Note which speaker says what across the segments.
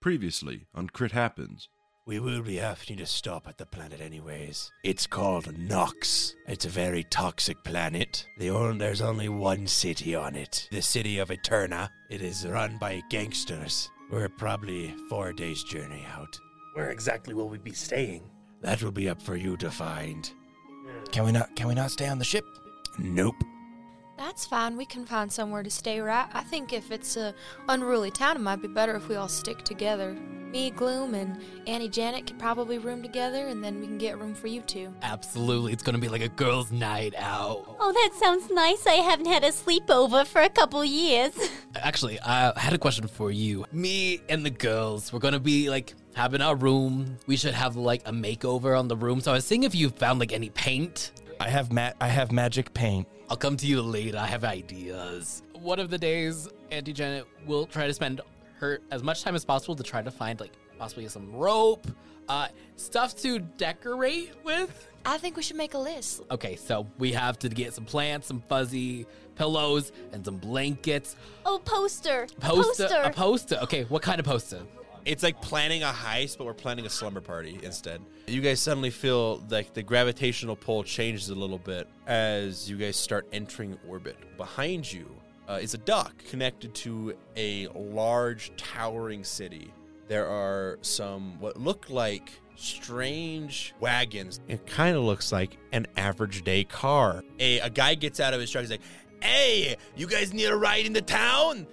Speaker 1: Previously on Crit Happens.
Speaker 2: We will be having to stop at the planet anyways. It's called Nox. It's a very toxic planet. The on- there's only one city on it, the city of Eterna. It is run by gangsters. We're probably four days' journey out.
Speaker 3: Where exactly will we be staying?
Speaker 2: That will be up for you to find.
Speaker 4: Can we not? Can we not stay on the ship?
Speaker 2: Nope.
Speaker 5: That's fine. We can find somewhere to stay, right? I think if it's a unruly town, it might be better if we all stick together. Me, Gloom, and Annie Janet could probably room together, and then we can get room for you two.
Speaker 6: Absolutely, it's gonna be like a girls' night out.
Speaker 7: Oh, that sounds nice. I haven't had a sleepover for a couple years.
Speaker 6: Actually, I had a question for you. Me and the girls, we're gonna be like having our room. We should have like a makeover on the room. So I was seeing if you found like any paint.
Speaker 4: I have ma- I have magic paint.
Speaker 6: I'll come to you later. I have ideas. One of the days, Auntie Janet will try to spend her as much time as possible to try to find like possibly some rope, uh, stuff to decorate with.
Speaker 5: I think we should make a list.
Speaker 6: Okay, so we have to get some plants, some fuzzy pillows, and some blankets.
Speaker 7: Oh, poster.
Speaker 6: Poster, a poster. Okay, what kind of poster?
Speaker 8: It's like planning a heist, but we're planning a slumber party instead. You guys suddenly feel like the gravitational pull changes a little bit as you guys start entering orbit. Behind you uh, is a dock connected to a large towering city. There are some what look like strange wagons. It kind of looks like an average day car. A, a guy gets out of his truck. He's like, "Hey, you guys need a ride into town?"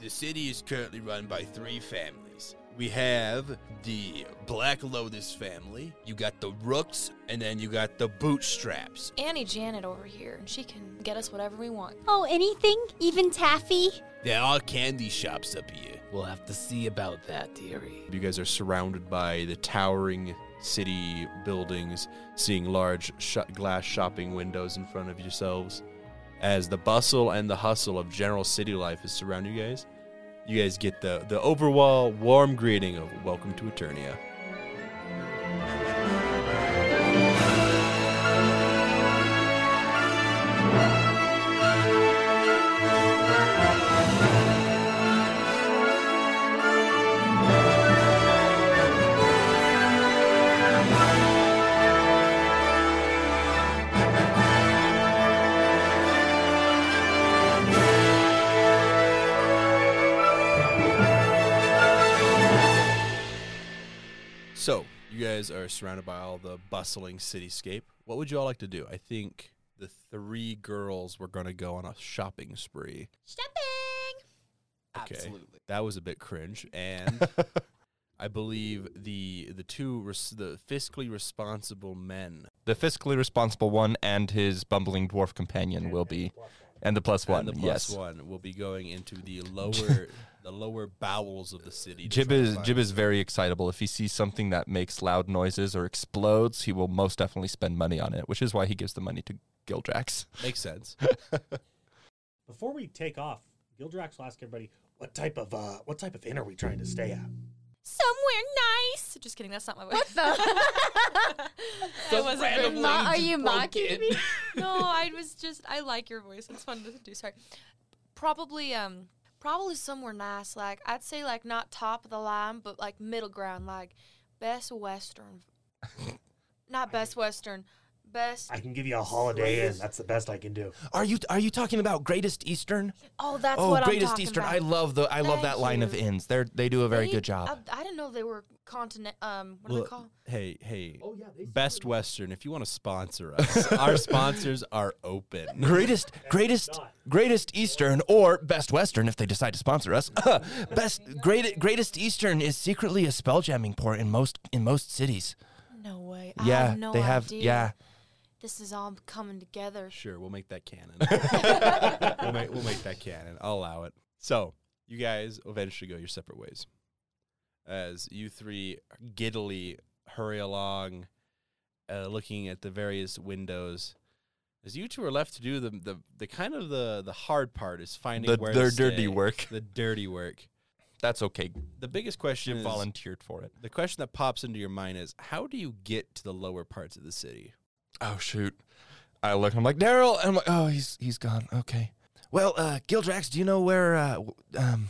Speaker 8: The city is currently run by three families. We have the Black Lotus family, you got the Rooks, and then you got the Bootstraps.
Speaker 5: Annie Janet over here, and she can get us whatever we want.
Speaker 7: Oh, anything? Even taffy?
Speaker 8: There are candy shops up here.
Speaker 6: We'll have to see about that, dearie.
Speaker 8: You guys are surrounded by the towering city buildings, seeing large sh- glass shopping windows in front of yourselves. As the bustle and the hustle of general city life is surrounding you guys, you guys get the, the overall warm greeting of welcome to Eternia. So, you guys are surrounded by all the bustling cityscape. What would you all like to do? I think the three girls were going to go on a shopping spree.
Speaker 7: Shopping.
Speaker 8: Okay. That was a bit cringe, and I believe the the two res- the fiscally responsible men
Speaker 4: The fiscally responsible one and his bumbling dwarf companion will be, and the plus one.
Speaker 8: and the
Speaker 4: yes.
Speaker 8: plus one will be going into the lower the lower bowels of the city. to
Speaker 4: Jib
Speaker 8: try to
Speaker 4: is
Speaker 8: find-
Speaker 4: Jib is very excitable. If he sees something that makes loud noises or explodes, he will most definitely spend money on it, which is why he gives the money to Gildrax.
Speaker 8: makes sense.
Speaker 3: Before we take off, Gildrax will ask everybody what type of uh, what type of inn are we trying to stay at?
Speaker 7: Somewhere nice.
Speaker 9: Just kidding. That's not my way. What the?
Speaker 6: So
Speaker 9: wasn't
Speaker 6: randomly
Speaker 9: very- Ma-
Speaker 7: are
Speaker 6: just
Speaker 7: you
Speaker 6: broke
Speaker 7: mocking
Speaker 6: it.
Speaker 7: me?
Speaker 9: no, I was just. I like your voice. It's fun to do. Sorry.
Speaker 5: Probably, um, probably somewhere nice. Like I'd say, like not top of the line, but like middle ground, like best Western. not best Western, best.
Speaker 3: I can give you a holiday inn. That's the best I can do.
Speaker 4: Are you are you talking about Greatest Eastern?
Speaker 5: Oh, that's
Speaker 4: oh,
Speaker 5: what I'm
Speaker 4: Greatest
Speaker 5: talking
Speaker 4: Eastern!
Speaker 5: about.
Speaker 4: I love the I love
Speaker 5: Thank
Speaker 4: that line of
Speaker 5: you.
Speaker 4: inns. They they do a very
Speaker 5: They-
Speaker 4: good job.
Speaker 5: I, I didn't know they were continent. Um, what are they called?
Speaker 8: Well, hey, hey, Best Western. If you want to sponsor us, our sponsors are open.
Speaker 4: Greatest, greatest, greatest Eastern or Best Western, if they decide to sponsor us. Best, great, greatest Eastern is secretly a spelljamming port in most in most cities.
Speaker 5: No way. I
Speaker 4: Yeah,
Speaker 5: have no
Speaker 4: they have.
Speaker 5: idea.
Speaker 4: Yeah,
Speaker 5: This is all coming together.
Speaker 8: Sure, we'll make that canon. we'll, make, we'll make that canon. I'll allow it. So, you guys eventually go your separate ways. As you three giddily hurry along, uh, looking at the various windows. As you two are left to do the, the, the kind of the, the hard part is finding
Speaker 4: The-
Speaker 8: where
Speaker 4: their
Speaker 8: to
Speaker 4: dirty
Speaker 8: stay.
Speaker 4: work.
Speaker 8: The dirty work.
Speaker 4: that's okay.
Speaker 8: The biggest question
Speaker 4: Jim
Speaker 8: is,
Speaker 4: volunteered for it.
Speaker 8: the question that pops into your mind is how do you get to the lower parts of the city?
Speaker 4: Oh shoot! I look. I'm like Daryl. and I'm like, oh, he's he's gone. Okay. Well, uh, Gildrax, do you know where? Uh, w- um,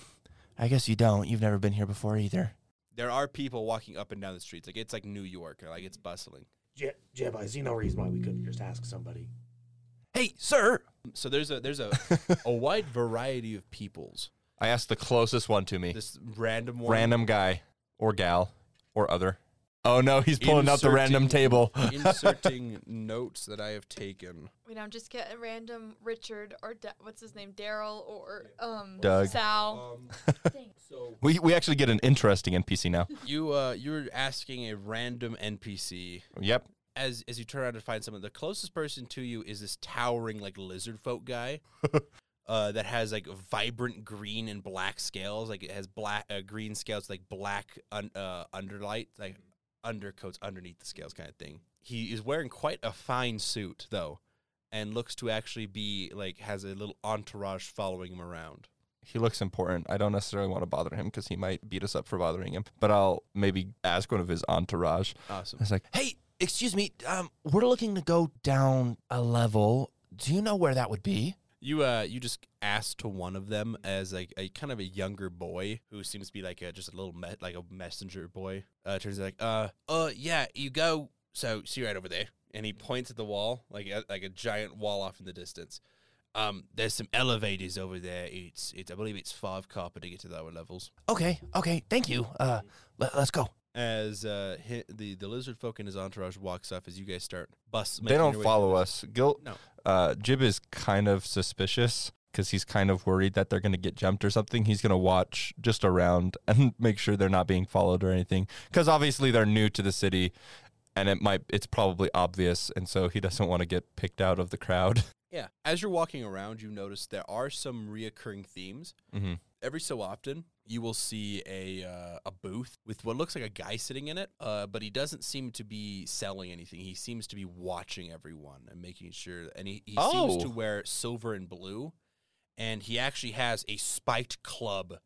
Speaker 4: I guess you don't. You've never been here before either.
Speaker 8: There are people walking up and down the streets. Like it's like New York. Like it's bustling.
Speaker 3: Je- Jeb, I see no reason why we couldn't just ask somebody.
Speaker 4: Hey, sir.
Speaker 8: So there's a there's a a wide variety of peoples.
Speaker 4: I asked the closest one to me.
Speaker 8: This random one.
Speaker 4: Random guy or gal or other. Oh no, he's pulling out the random table.
Speaker 8: inserting notes that I have taken.
Speaker 9: We don't just get a random Richard or da- what's his name, Daryl or um
Speaker 4: Doug.
Speaker 9: Sal.
Speaker 8: So
Speaker 4: we we actually get an interesting NPC now.
Speaker 8: you uh you're asking a random NPC
Speaker 4: Yep.
Speaker 8: as as you turn around to find someone. The closest person to you is this towering like lizard folk guy. Uh, that has like vibrant green and black scales. Like it has black uh, green scales, like black un- uh, underlight, like undercoats underneath the scales, kind of thing. He is wearing quite a fine suit though, and looks to actually be like has a little entourage following him around.
Speaker 4: He looks important. I don't necessarily want to bother him because he might beat us up for bothering him. But I'll maybe ask one of his entourage.
Speaker 8: Awesome.
Speaker 4: It's like, hey, excuse me, um, we're looking to go down a level. Do you know where that would be?
Speaker 8: You uh, you just asked to one of them as like a kind of a younger boy who seems to be like a just a little me- like a messenger boy. Uh, turns out like uh, uh, yeah, you go. So see right over there, and he points at the wall like a, like a giant wall off in the distance. Um, there's some elevators over there. It's it's I believe it's five copper to get to the lower levels.
Speaker 4: Okay, okay, thank you. Uh, let, us go.
Speaker 8: As uh, hi the the lizard folk and his entourage walks off, as you guys start bust.
Speaker 4: They don't follow us. Gil,
Speaker 8: No.
Speaker 4: uh, Jib is kind of suspicious because he's kind of worried that they're going to get jumped or something. He's going to watch just around and make sure they're not being followed or anything because obviously they're new to the city and it might it's probably obvious and so he doesn't want to get picked out of the crowd.
Speaker 8: Yeah. As you're walking around, you notice there are some reoccurring themes.
Speaker 4: Mhm.
Speaker 8: Every so often, you will see a uh, a booth with what looks like a guy sitting in it, uh, but he doesn't seem to be selling anything. He seems to be watching everyone and making sure. And he, he
Speaker 4: Oh.
Speaker 8: seems to wear silver and blue, and he actually has a spiked club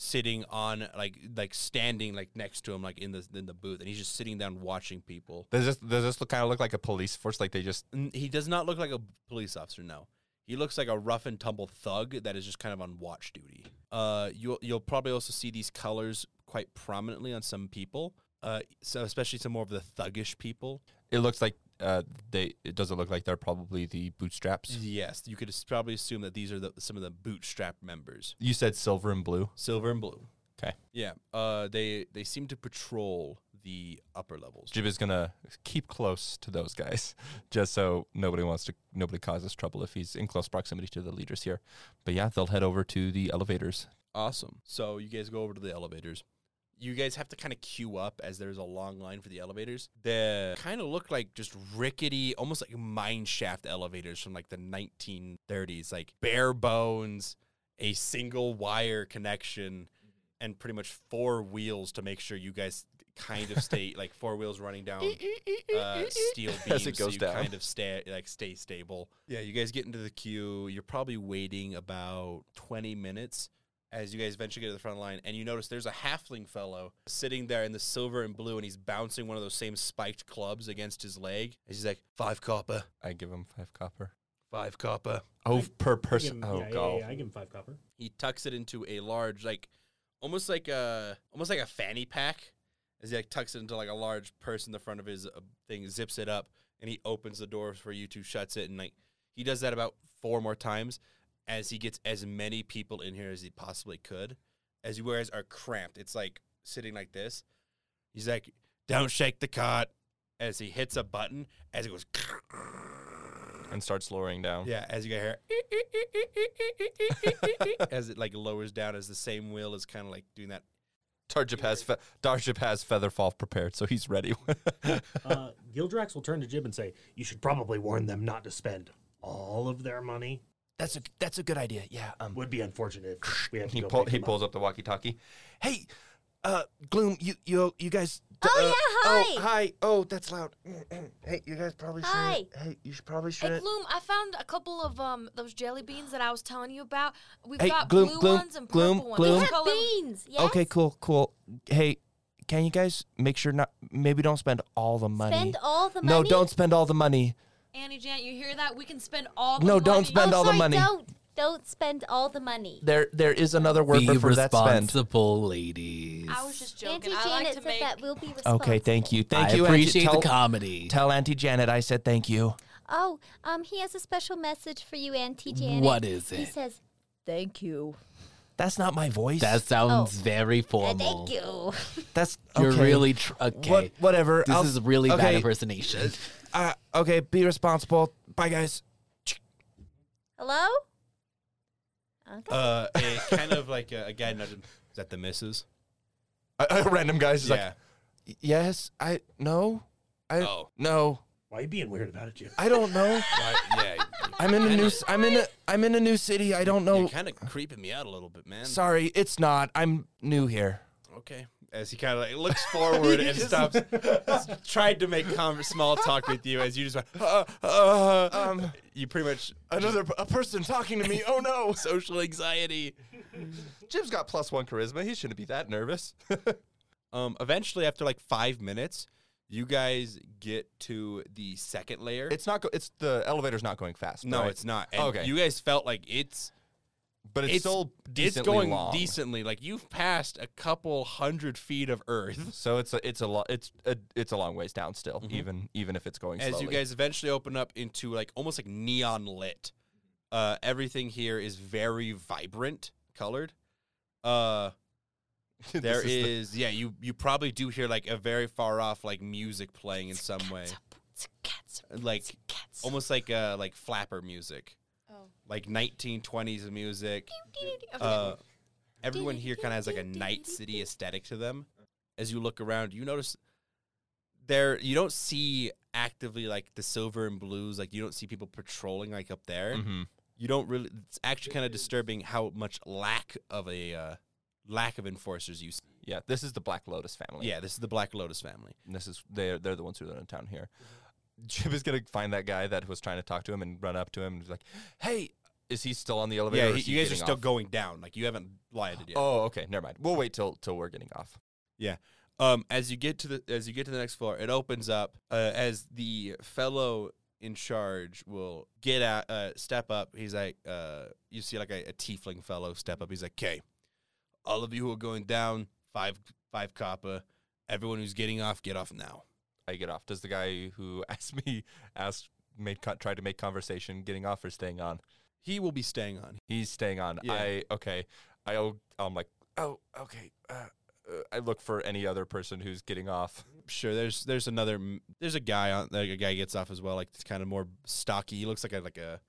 Speaker 8: sitting on like like standing like next to him like in the in the booth, and he's just sitting down watching people.
Speaker 4: Does this does this look kind of look like a police force like they just
Speaker 8: N- he does not look like a police officer. No, he looks like a rough and tumble thug that is just kind of on watch duty. Uh, you'll you'll probably also see these colors quite prominently on some people. Uh, so especially some more of the thuggish people.
Speaker 4: it looks like uh they it doesn't look like they're probably the bootstraps.
Speaker 8: Yes, you could as- probably assume that these are the, some of the bootstrap members,
Speaker 4: You said silver and blue.
Speaker 8: silver and blue.
Speaker 4: 'Kay.
Speaker 8: Yeah. Uh, they they seem to patrol the upper levels.
Speaker 4: Jib is gonna keep close to those guys, just so nobody wants to nobody causes trouble if he's in close proximity to the leaders here. But yeah, they'll head over to the elevators.
Speaker 8: Awesome. So you guys go over to the elevators. You guys have to kind of queue up as there's a long line for the elevators. They kind of look like just rickety, almost like mine shaft elevators from like the 1930s, like bare bones, a single wire connection, and pretty much four wheels to make sure you guys kind of stay like four wheels running down uh, steel beams
Speaker 4: As it
Speaker 8: so
Speaker 4: goes
Speaker 8: you
Speaker 4: down.
Speaker 8: kind of stay like stay stable. Yeah, you guys get into the queue. You're probably waiting about 20 minutes as you guys eventually get to the front line, and you notice there's a halfling fellow sitting there in the silver and blue, and he's bouncing one of those same spiked clubs against his leg. And he's like, five copper,
Speaker 4: I give him five copper.
Speaker 8: five copper.
Speaker 4: Oh, per
Speaker 3: I give
Speaker 4: person.
Speaker 3: him-
Speaker 4: Oh
Speaker 3: yeah, yeah,
Speaker 4: god.
Speaker 3: yeah, I give him five copper.
Speaker 8: He tucks it into a large, like, almost like a, almost like a fanny pack, as he like tucks it into like a large purse in the front of his uh, thing, zips it up, and he opens the door for you two, shuts it, and like he does that about four more times, as he gets as many people in here as he possibly could. as you guys are cramped. It's like sitting like this. He's like, "Don't shake the cot." As he hits a button, as it goes,
Speaker 4: And starts lowering down.
Speaker 8: yeah, as you get here, as it like lowers down, as the same wheel is kind of like doing that.
Speaker 4: Tarjip has fe- Tarjip has Featherfall prepared, so he's ready.
Speaker 3: Uh, Gildrax will turn to Jib and say, "You should probably warn them not to spend all of their money.
Speaker 4: that's a that's a good idea. Yeah. Um,
Speaker 3: Would be unfortunate if we have to
Speaker 4: he
Speaker 3: go
Speaker 4: pull,
Speaker 3: pick
Speaker 4: he
Speaker 3: them up."
Speaker 4: pulls up the walkie-talkie. Hey, uh, Gloom, you you you guys.
Speaker 7: Oh,
Speaker 4: uh,
Speaker 7: yeah,
Speaker 4: Oh
Speaker 7: hi.
Speaker 4: hi. Oh, that's loud. hey, you guys probably
Speaker 7: Hi.
Speaker 4: shouldn't. Hey, you should probably
Speaker 5: Hey,
Speaker 4: shouldn't.
Speaker 5: Gloom, I found a couple of um those jelly beans that I was telling you about. We've
Speaker 4: Hey,
Speaker 5: got
Speaker 4: Gloom,
Speaker 5: blue
Speaker 4: Gloom,
Speaker 5: ones and
Speaker 4: Gloom,
Speaker 5: purple
Speaker 7: We
Speaker 4: Gloom.
Speaker 5: ones.
Speaker 7: have
Speaker 5: Color-
Speaker 7: beans. Yes?
Speaker 4: Okay, cool, cool. Hey, can you guys make sure not maybe don't spend all the money?
Speaker 7: Spend all the money.
Speaker 4: no, don't spend all the money.
Speaker 5: Annie Janet, you hear that? We can spend all the
Speaker 4: No,
Speaker 5: money.
Speaker 4: don't spend
Speaker 7: oh,
Speaker 4: all the
Speaker 7: sorry,
Speaker 4: money.
Speaker 7: Don't. Don't spend all the money.
Speaker 4: There, there is another word
Speaker 6: Be
Speaker 4: for that spend.
Speaker 6: responsible, ladies.
Speaker 9: I was just
Speaker 7: Auntie
Speaker 9: joking. I
Speaker 7: Janet
Speaker 9: like to
Speaker 7: said
Speaker 9: make.
Speaker 7: that we'll be responsible.
Speaker 4: Okay, thank you, thank
Speaker 6: I
Speaker 4: you.
Speaker 6: appreciate
Speaker 4: Auntie,
Speaker 6: the comedy.
Speaker 4: Tell Auntie Janet I said thank you.
Speaker 7: Oh, um, he has a special message for you, Auntie Janet.
Speaker 6: What is
Speaker 7: He
Speaker 6: it?
Speaker 7: says, "Thank you."
Speaker 4: That's not my voice.
Speaker 6: That sounds
Speaker 7: Oh.
Speaker 6: very
Speaker 7: Uh,
Speaker 6: formal.
Speaker 7: thank you.
Speaker 4: that's
Speaker 6: You're
Speaker 4: okay.
Speaker 6: really tr- okay.
Speaker 4: What, whatever.
Speaker 6: This
Speaker 4: I'll-
Speaker 6: is really bad
Speaker 4: okay,
Speaker 6: impersonation.
Speaker 4: Uh, okay, be responsible. Bye, guys.
Speaker 7: Hello. Okay.
Speaker 8: Uh, a, kind of like a, a guy nudged him. Is that the missus?
Speaker 4: random guys. is
Speaker 8: Yeah.
Speaker 4: Like, yes. I no. I
Speaker 8: Oh.
Speaker 4: no.
Speaker 3: Why are you being weird about it, Jim?
Speaker 4: I don't know.
Speaker 8: Why- yeah.
Speaker 4: I'm in a new. ci- I'm in a. I'm in a new city. I don't know.
Speaker 8: You're kind of creeping me out a little bit, man.
Speaker 4: Sorry, it's not. I'm new here.
Speaker 8: Okay. As he kind of like looks forward and stops, tried to make conver- small talk with you as you just went, uh, uh, um, you pretty much
Speaker 4: Another a person talking to me. Oh no.
Speaker 8: social anxiety.
Speaker 4: Jim's got plus one charisma. He shouldn't be that nervous.
Speaker 8: Um, eventually, after like five minutes, you guys get to the second layer.
Speaker 4: it's not. Go- it's the elevator's not going fast.
Speaker 8: no,
Speaker 4: right?
Speaker 8: it's not. And
Speaker 4: Okay.
Speaker 8: You guys felt like it's
Speaker 4: But it's, still
Speaker 8: it's
Speaker 4: decently
Speaker 8: going
Speaker 4: long.
Speaker 8: decently. Like you've passed a couple hundred feet of earth. Mm-hmm.
Speaker 4: So it's a it's a lo- it's a it's a long ways down still. Even even if it's going
Speaker 8: as
Speaker 4: slowly.
Speaker 8: you guys eventually open up into like almost like neon lit. Uh, everything here is very vibrant colored. Uh,
Speaker 4: This
Speaker 8: there is,
Speaker 4: the-
Speaker 8: yeah, you you probably do hear like a very far off like music playing in some way, like almost like uh like flapper music,
Speaker 9: Oh.
Speaker 8: like 1920s music.
Speaker 9: Okay.
Speaker 8: Uh, everyone here kind of has like a night city aesthetic to them. As you look around, you notice there you don't see actively like the silver and blues. Like you don't see people patrolling like up there.
Speaker 4: Mhm.
Speaker 8: You don't really. It's actually kind of disturbing how much lack of a uh, lack of enforcers you see.
Speaker 4: Yeah, this is the Black Lotus family.
Speaker 8: Yeah, this is the Black Lotus family.
Speaker 4: And this is they're they're the ones who are in town here. Jim is gonna find that guy that was trying to talk to him and run up to him and be like, "Hey, is he still on the elevator?
Speaker 8: yeah,
Speaker 4: or
Speaker 8: he-
Speaker 4: is he
Speaker 8: you guys are
Speaker 4: getting
Speaker 8: still
Speaker 4: off?"
Speaker 8: going down. Like you haven't landed yet.
Speaker 4: Oh, okay, never mind. We'll wait till till we're getting off.
Speaker 8: Yeah. Um, as you get to the as you get to the next floor, it opens up uh, as the fellow in charge will get out, uh, step up. He's like, uh, you see like a, a tiefling fellow step up. He's like, "Okay, all of you who are going down, five five copper. Everyone who's getting off, get off now."
Speaker 4: I get off. Does the guy who asked me asked made co- tried to make conversation getting off or staying on?
Speaker 8: He will be staying on.
Speaker 4: He's staying on.
Speaker 8: Yeah.
Speaker 4: I okay. I I'll- I'm like, oh, okay. Uh, uh, I look for any other person who's getting off.
Speaker 8: Sure, there's there's another m- there's a guy on like a guy gets off as well. Like it's kind of more stocky. He looks like a like a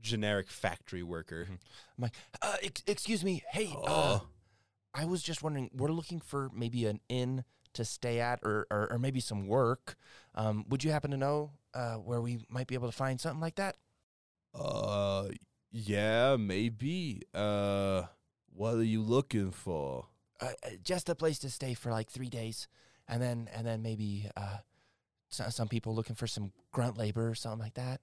Speaker 8: generic factory worker.
Speaker 4: I'm like, uh, ex- excuse me. Hey, uh,
Speaker 8: Oh.
Speaker 4: I was just wondering, we're looking for maybe an inn to stay at or, or, or maybe some work. Um, would you happen to know uh, where we might be able to find something like that?
Speaker 8: Uh, yeah, maybe. Uh, what are you looking for?
Speaker 4: Uh, uh, just a place to stay for like three days. And then, and then maybe uh, so, some people looking for some grunt labor or something like that.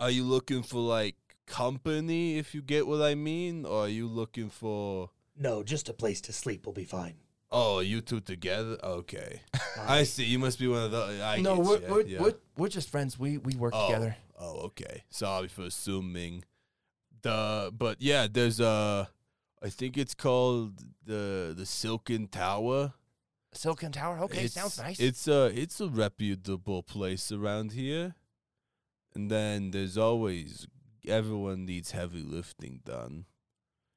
Speaker 8: Are you looking for like company, if you get what I mean? Or are you looking for.
Speaker 3: No, just a place to sleep will be fine.
Speaker 8: Oh, you two together? Okay. I see. You must be one of the. I
Speaker 4: no,
Speaker 8: get
Speaker 4: we're,
Speaker 8: ya,
Speaker 4: we're,
Speaker 8: yeah.
Speaker 4: We're, we're just friends. We, we work
Speaker 8: oh,
Speaker 4: together.
Speaker 8: Oh, okay. Sorry for assuming. The but yeah, there's uh, I think it's called the the Silken Tower.
Speaker 4: Silicon Tower. Okay,
Speaker 8: It's-
Speaker 4: sounds nice.
Speaker 8: It's a it's a reputable place around here, and then there's always everyone needs heavy lifting done.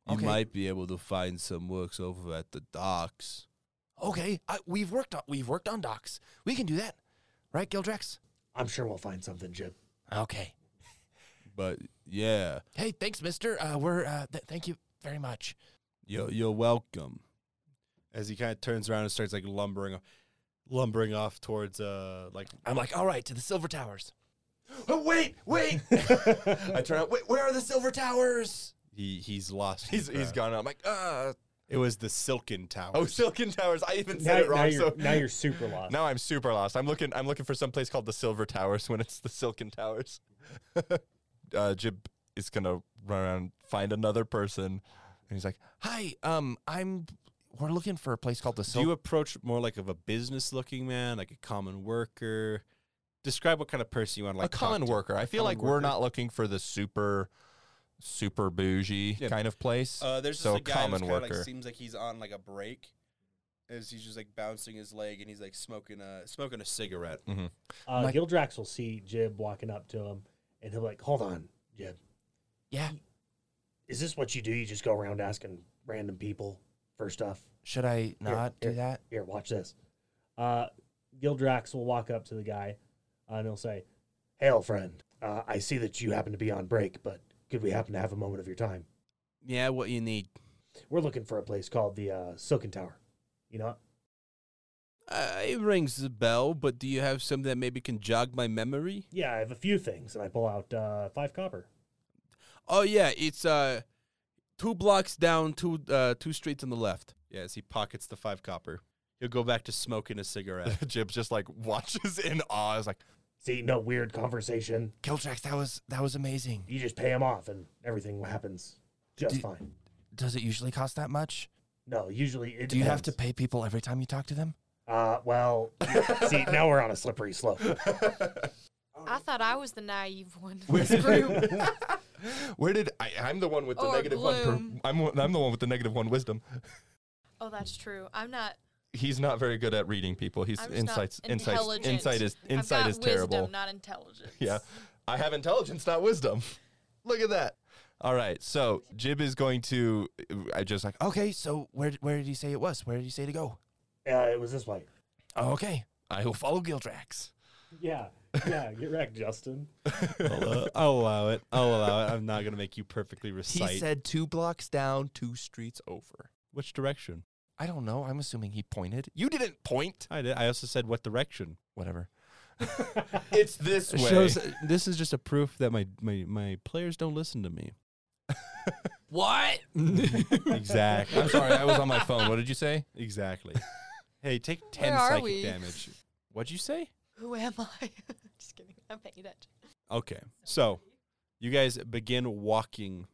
Speaker 8: You
Speaker 4: Okay.
Speaker 8: might be able to find some works over at the docks.
Speaker 4: okay, I, we've worked on we've worked on docks. We can do that, right, Gildrax?
Speaker 3: I'm sure we'll find something, Jim.
Speaker 4: Okay.
Speaker 8: But yeah,
Speaker 4: Hey, thanks, Mister. Uh, we're uh, th- thank you very much.
Speaker 8: you're you're welcome. As he kind of turns around and starts like lumbering, lumbering off towards uh like
Speaker 4: I'm like, "Oh, all right, to the Silver Towers. Oh, wait, wait. I turn out. Wait, where are the Silver Towers?
Speaker 8: he he's lost.
Speaker 4: He's he's gone. I'm like, ah,
Speaker 8: It was the Silken Tower.
Speaker 4: oh, Silken Towers. I even
Speaker 3: Now,
Speaker 4: said it
Speaker 3: now
Speaker 4: wrong.
Speaker 3: you're,
Speaker 4: so
Speaker 3: now you're super lost.
Speaker 4: now I'm super lost. I'm looking. I'm looking for some place called the Silver Towers when it's the Silken Towers. uh, Jib is gonna run around find another person, and he's like, "Hi, um, I'm. We're looking for a place called the
Speaker 8: Do you approach more like of a business looking man, like a common worker? Describe what kind of person you want to like.
Speaker 4: a common
Speaker 8: talk to.
Speaker 4: worker. I feel
Speaker 8: Common
Speaker 4: like we're
Speaker 8: worker.
Speaker 4: not looking for the super super bougie
Speaker 8: Yeah.
Speaker 4: kind of place.
Speaker 8: Uh, there's
Speaker 4: so
Speaker 8: just a guy
Speaker 4: common
Speaker 8: who's kinda,
Speaker 4: worker.
Speaker 8: Like, seems like he's on like a break, as he's just like bouncing his leg and he's like smoking a smoking a cigarette.
Speaker 3: Uh,
Speaker 4: Like-
Speaker 3: Gildrax will see Jib walking up to him, and he'll be like, "Hold on, Jib.
Speaker 6: Yeah.
Speaker 3: Is this what you do? You just go around asking random people for stuff?
Speaker 4: Should I
Speaker 3: Here, here, Here, watch this." Uh, Gildrax will walk up to the guy, uh, and he'll say, "Hail, friend. Uh, I see that you happen to be on break, but could we happen to have a moment of your time?
Speaker 8: Yeah, what you need?
Speaker 3: We're looking for a place called the uh, Silken Tower. You know, it?
Speaker 8: Uh, it rings the bell, but do you have something that maybe can jog my memory?
Speaker 3: yeah, I have a few things, and I pull out uh, five copper.
Speaker 8: Oh yeah, it's uh two blocks down, two uh two streets on the left. Yeah, as he pockets the five copper, he'll go back to smoking a cigarette.
Speaker 4: Jib's just like watches in awe. Is like,
Speaker 3: See, no weird conversation.
Speaker 4: Kiltrax, that was that was amazing.
Speaker 3: You just pay him off, and everything happens just
Speaker 4: Do-
Speaker 3: fine."
Speaker 4: Does it usually cost that much?
Speaker 3: No, usually it
Speaker 4: Do you have to
Speaker 3: depends.
Speaker 4: pay people every time you talk to them?
Speaker 3: Uh, well, see, now we're on a slippery slope.
Speaker 5: I thought I was the naive one.
Speaker 4: Where did I? I'm the one with
Speaker 9: Or
Speaker 4: one.
Speaker 9: gloom.
Speaker 4: Per, I'm one- I'm the one with the negative one wisdom.
Speaker 9: Oh, that's true. I'm not.
Speaker 4: He's not very good at reading people. He's
Speaker 9: I'm just not
Speaker 4: insights. Insights.
Speaker 9: intelligent.
Speaker 4: Insight is insight
Speaker 9: I've got
Speaker 4: is
Speaker 9: wisdom,
Speaker 4: terrible.
Speaker 9: Not intelligence.
Speaker 4: Yeah. I have intelligence, not wisdom. Look at that. All right. So Jib is going to. I just like. Okay. So where where did he say it was? Where did he say to go?
Speaker 3: Uh, it was this way.
Speaker 4: Oh, okay. I will follow Gildrax.
Speaker 3: Yeah, yeah, get wrecked, Justin.
Speaker 8: I'll, I'll allow it. I'll allow it. I'm not gonna make you perfectly
Speaker 4: He
Speaker 8: recite.
Speaker 4: said two blocks down, two streets over.
Speaker 8: Which direction?
Speaker 4: I don't know. I'm assuming he pointed. You didn't point.
Speaker 8: I did. I also said what direction.
Speaker 4: Whatever. it's this way.
Speaker 8: this is just a proof that my my my players don't listen to me.
Speaker 6: What?
Speaker 8: exactly.
Speaker 4: I'm sorry. I was on my phone. What did you say?
Speaker 8: Exactly. hey, take ten
Speaker 9: Where are
Speaker 8: psychic
Speaker 9: we?
Speaker 8: damage. What'd you say?
Speaker 9: Who am I? Just kidding. I'm paying attention.
Speaker 8: Okay, so you guys begin walking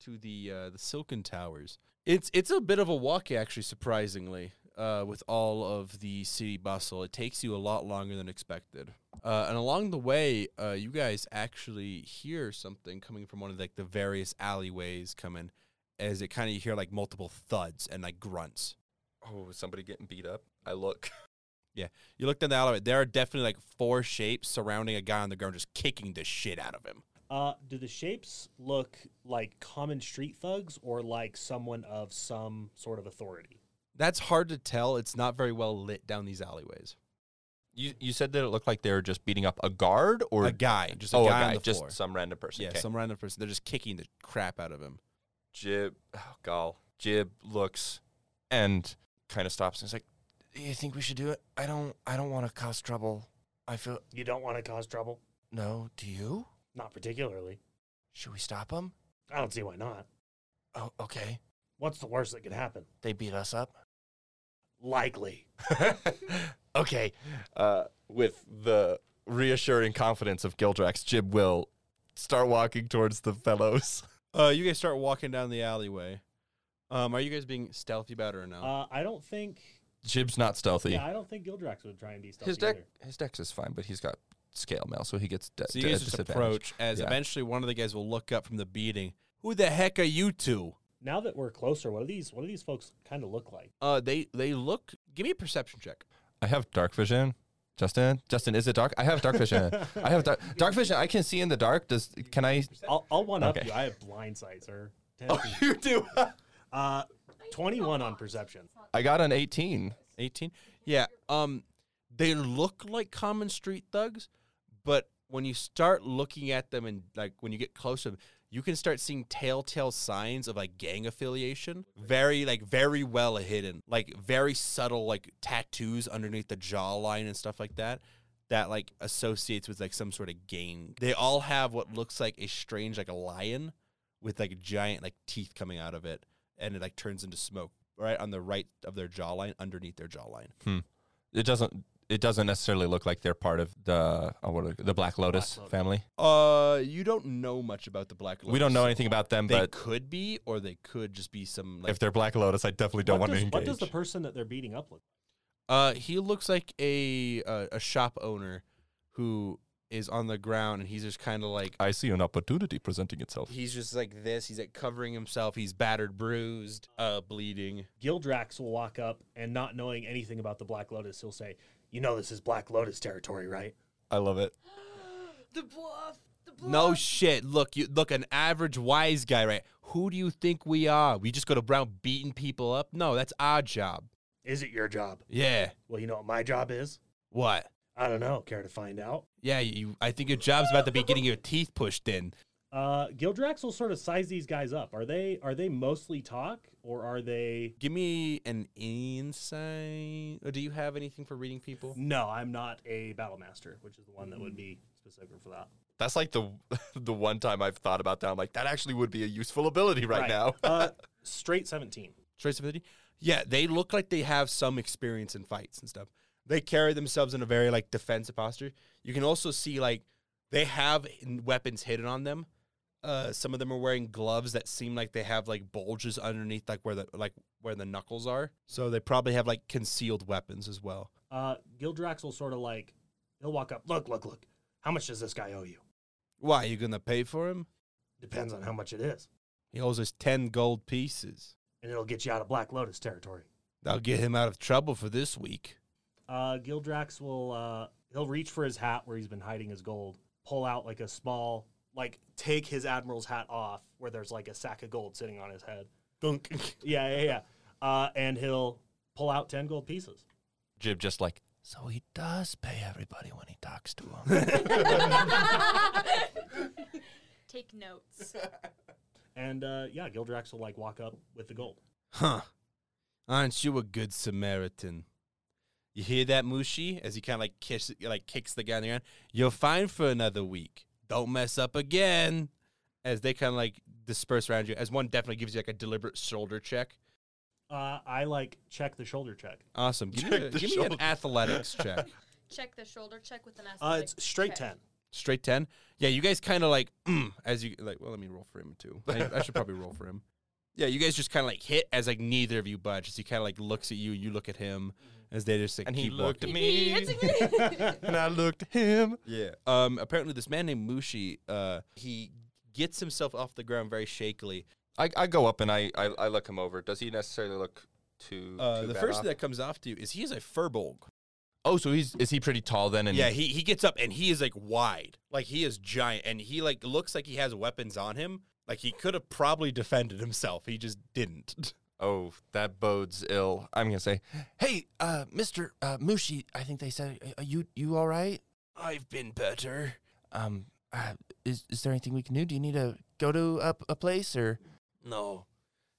Speaker 8: to the uh, the Silken Towers. It's it's a bit of a walk, actually, surprisingly. Uh, with all of the city bustle, it takes you a lot longer than expected. Uh, and along the way, uh, you guys actually hear something coming from one of like the various alleyways coming, as it kind of you hear like multiple thuds and like grunts.
Speaker 4: Oh, was somebody getting beat up? I look.
Speaker 8: You look down the alleyway. There are definitely like four shapes surrounding a guy on the ground, just kicking the shit out of him.
Speaker 3: Uh, do the shapes look like common street thugs or like someone of some sort of authority?
Speaker 8: That's hard to tell. It's not very well lit down these alleyways.
Speaker 4: You you said that it looked like they were just beating up a guard or
Speaker 8: a guy, just a
Speaker 4: oh,
Speaker 8: guy,
Speaker 4: a guy,
Speaker 8: on the
Speaker 4: just
Speaker 8: floor.
Speaker 4: some random person.
Speaker 8: yeah,
Speaker 4: okay.
Speaker 8: some random person. They're just kicking the crap out of him.
Speaker 4: Jib, oh, gol. Jib looks and kind of stops and is like, "You think we should do it? I don't. I don't want to cause trouble. I feel
Speaker 3: You don't want to cause trouble?
Speaker 4: no. Do you?
Speaker 3: Not particularly.
Speaker 4: Should we stop them?
Speaker 3: I don't see why not.
Speaker 4: Oh, okay.
Speaker 3: What's the worst that could happen?
Speaker 4: They beat us up.
Speaker 3: Likely.
Speaker 4: okay. Uh, with the reassuring confidence of Gildrax, Jib will start walking towards the fellows.
Speaker 8: Uh, you guys start walking down the alleyway. Um, are you guys being stealthy about it or no?
Speaker 3: Uh, I don't think.
Speaker 4: Jib's not stealthy.
Speaker 3: Yeah, I don't think Gildrax would try and be stealthy
Speaker 4: his deck,
Speaker 3: either.
Speaker 4: his dex is fine, but he's got scale mail, so he gets. De-
Speaker 8: so you guys
Speaker 4: a
Speaker 8: just
Speaker 4: disadvantage.
Speaker 8: approach as
Speaker 4: Yeah.
Speaker 8: eventually one of the guys will look up from the beating. Who the heck are you two?
Speaker 3: Now that we're closer, what do these what do these folks kind of look like?
Speaker 8: Uh, they they look. Give me a perception check.
Speaker 4: I have dark vision. Justin, Justin, is it dark? I have dark vision. I have dark, dark vision. I can see in the dark. Does can I?
Speaker 3: I'll, I'll one up
Speaker 4: Okay.
Speaker 3: you. I have blind sight, sir. Ten
Speaker 4: Oh,
Speaker 3: feet.
Speaker 4: you do.
Speaker 3: Uh, 21 on perception.
Speaker 4: I got an eighteen.
Speaker 8: Eighteen. Yeah. Um, they look like common street thugs, but when you start looking at them and like when you get close to them, you can start seeing telltale signs of like gang affiliation. Very like very well hidden, like very subtle like tattoos underneath the jawline and stuff like that. That like associates with like some sort of gang. They all have what looks like a strange like a lion with like giant like teeth coming out of it, and it like turns into smoke right on the right of their jawline, underneath their jawline.
Speaker 4: Hmm. It doesn't. It doesn't necessarily look like they're part of the oh, what are, the Black Lotus,
Speaker 3: Lotus.
Speaker 4: family.
Speaker 8: Uh, you don't know much about the Black Lotus.
Speaker 4: We don't know anything about them,
Speaker 8: They
Speaker 4: but
Speaker 8: could be, or they could just be some. Like,
Speaker 4: if they're Black Lotus, I definitely don't
Speaker 3: what
Speaker 4: want
Speaker 3: does,
Speaker 4: to engage.
Speaker 3: What does the person that they're beating up look
Speaker 8: uh, he looks like a uh, a shop owner who is on the ground and he's just kind of like
Speaker 4: I see an opportunity presenting itself.
Speaker 8: he's just like this. He's like covering himself. He's battered, bruised, uh, bleeding.
Speaker 3: Gildrax will walk up and not knowing anything about the Black Lotus, he'll say, You know this is Black Lotus territory, right?
Speaker 4: I love it.
Speaker 9: The bluff. The bluff.
Speaker 8: No shit. Look, you look an average wise guy, right? Who do you think we are? We just go to Brown beating people up? No, that's our job.
Speaker 3: Is it your job?
Speaker 8: Yeah.
Speaker 3: Well, you know what my job is?
Speaker 8: What?
Speaker 3: I don't know. Care to find out?
Speaker 8: Yeah, you. I think your job's about to be getting your teeth pushed in.
Speaker 3: Uh, Gildrax will sort of size these guys up. Are they are they mostly talk or are they?
Speaker 8: Give me an insight. Or do you have anything for reading people?
Speaker 3: No, I'm not a battle master, which is the one that would be specific for that.
Speaker 4: That's like the the one time I've thought about that. I'm like, that actually would be a useful ability right, now.
Speaker 3: uh, straight seventeen.
Speaker 8: Traceability? Yeah, they look like they have some experience in fights and stuff. They carry themselves in a very like defensive posture. You can also see like they have n- weapons hidden on them. Uh, some of them are wearing gloves that seem like they have like bulges underneath, like where the like where the knuckles are. So they probably have like concealed weapons as well.
Speaker 3: Uh, Gildrax will sort of like he'll walk up. Look, look, look. How much does this guy owe you?
Speaker 8: Why you gonna pay for him?
Speaker 3: Depends on how much it is,
Speaker 8: He owes us ten gold pieces.
Speaker 3: and it'll get you out of Black Lotus territory.
Speaker 8: That'll get him out of trouble for this week.
Speaker 3: Uh, Gildrax will uh, he'll reach for his hat where he's been hiding his gold, pull out like a small like take his admiral's hat off where there's like a sack of gold sitting on his head.
Speaker 8: Dunk.
Speaker 3: Yeah, yeah, yeah. Uh, and he'll pull out ten gold pieces.
Speaker 4: Jib just like, so he does pay everybody when he talks to him.
Speaker 9: Take notes.
Speaker 3: And uh, yeah, Gildrax will like walk up with the gold.
Speaker 8: Huh. Aren't you a good Samaritan? You hear that, Mushi? As he kind of like kiss, like kicks the guy in the ground. You're fine for another week. Don't mess up again. As they kind of like disperse around you. As one definitely gives you like a deliberate shoulder check.
Speaker 3: Uh, I like check the shoulder check.
Speaker 8: Awesome. Give, me, a-
Speaker 4: Check the
Speaker 8: give me an
Speaker 4: shoulder.
Speaker 8: athletics check.
Speaker 9: Check the shoulder check with an
Speaker 3: Uh,
Speaker 9: athletic
Speaker 3: it's straight
Speaker 9: check.
Speaker 3: ten.
Speaker 8: Straight ten. Yeah, you guys kind of like mm, as you like. Well, let me roll for him too. I, I should probably roll for him. Yeah, you guys just kind of like hit as like neither of you budge. As he kind of like looks at you, you look at him. As they just like
Speaker 4: Mm-hmm. and he
Speaker 8: keep
Speaker 4: looked
Speaker 8: walking.
Speaker 4: at me, and I looked at him.
Speaker 8: Yeah. Um. Apparently, this man named Mushi, uh, he gets himself off the ground very shakily.
Speaker 4: I, I go up and I, I I look him over. Does he necessarily look too?
Speaker 8: Uh,
Speaker 4: too
Speaker 8: the
Speaker 4: bad
Speaker 8: first
Speaker 4: off?
Speaker 8: thing that comes off to you is he is a furbolg.
Speaker 4: oh, so he's is he pretty tall then? And
Speaker 8: yeah. He he gets up and he is like wide, like he is giant, and he like looks like he has weapons on him. Like he could have probably defended himself. He just didn't.
Speaker 4: Oh, that bodes ill. I'm gonna say, hey, uh, Mister uh, Mushi. I think they said uh, you you all right?
Speaker 8: I've been better.
Speaker 4: Um, uh, is is there anything we can do? Do you need to go to a, a place or?
Speaker 8: No,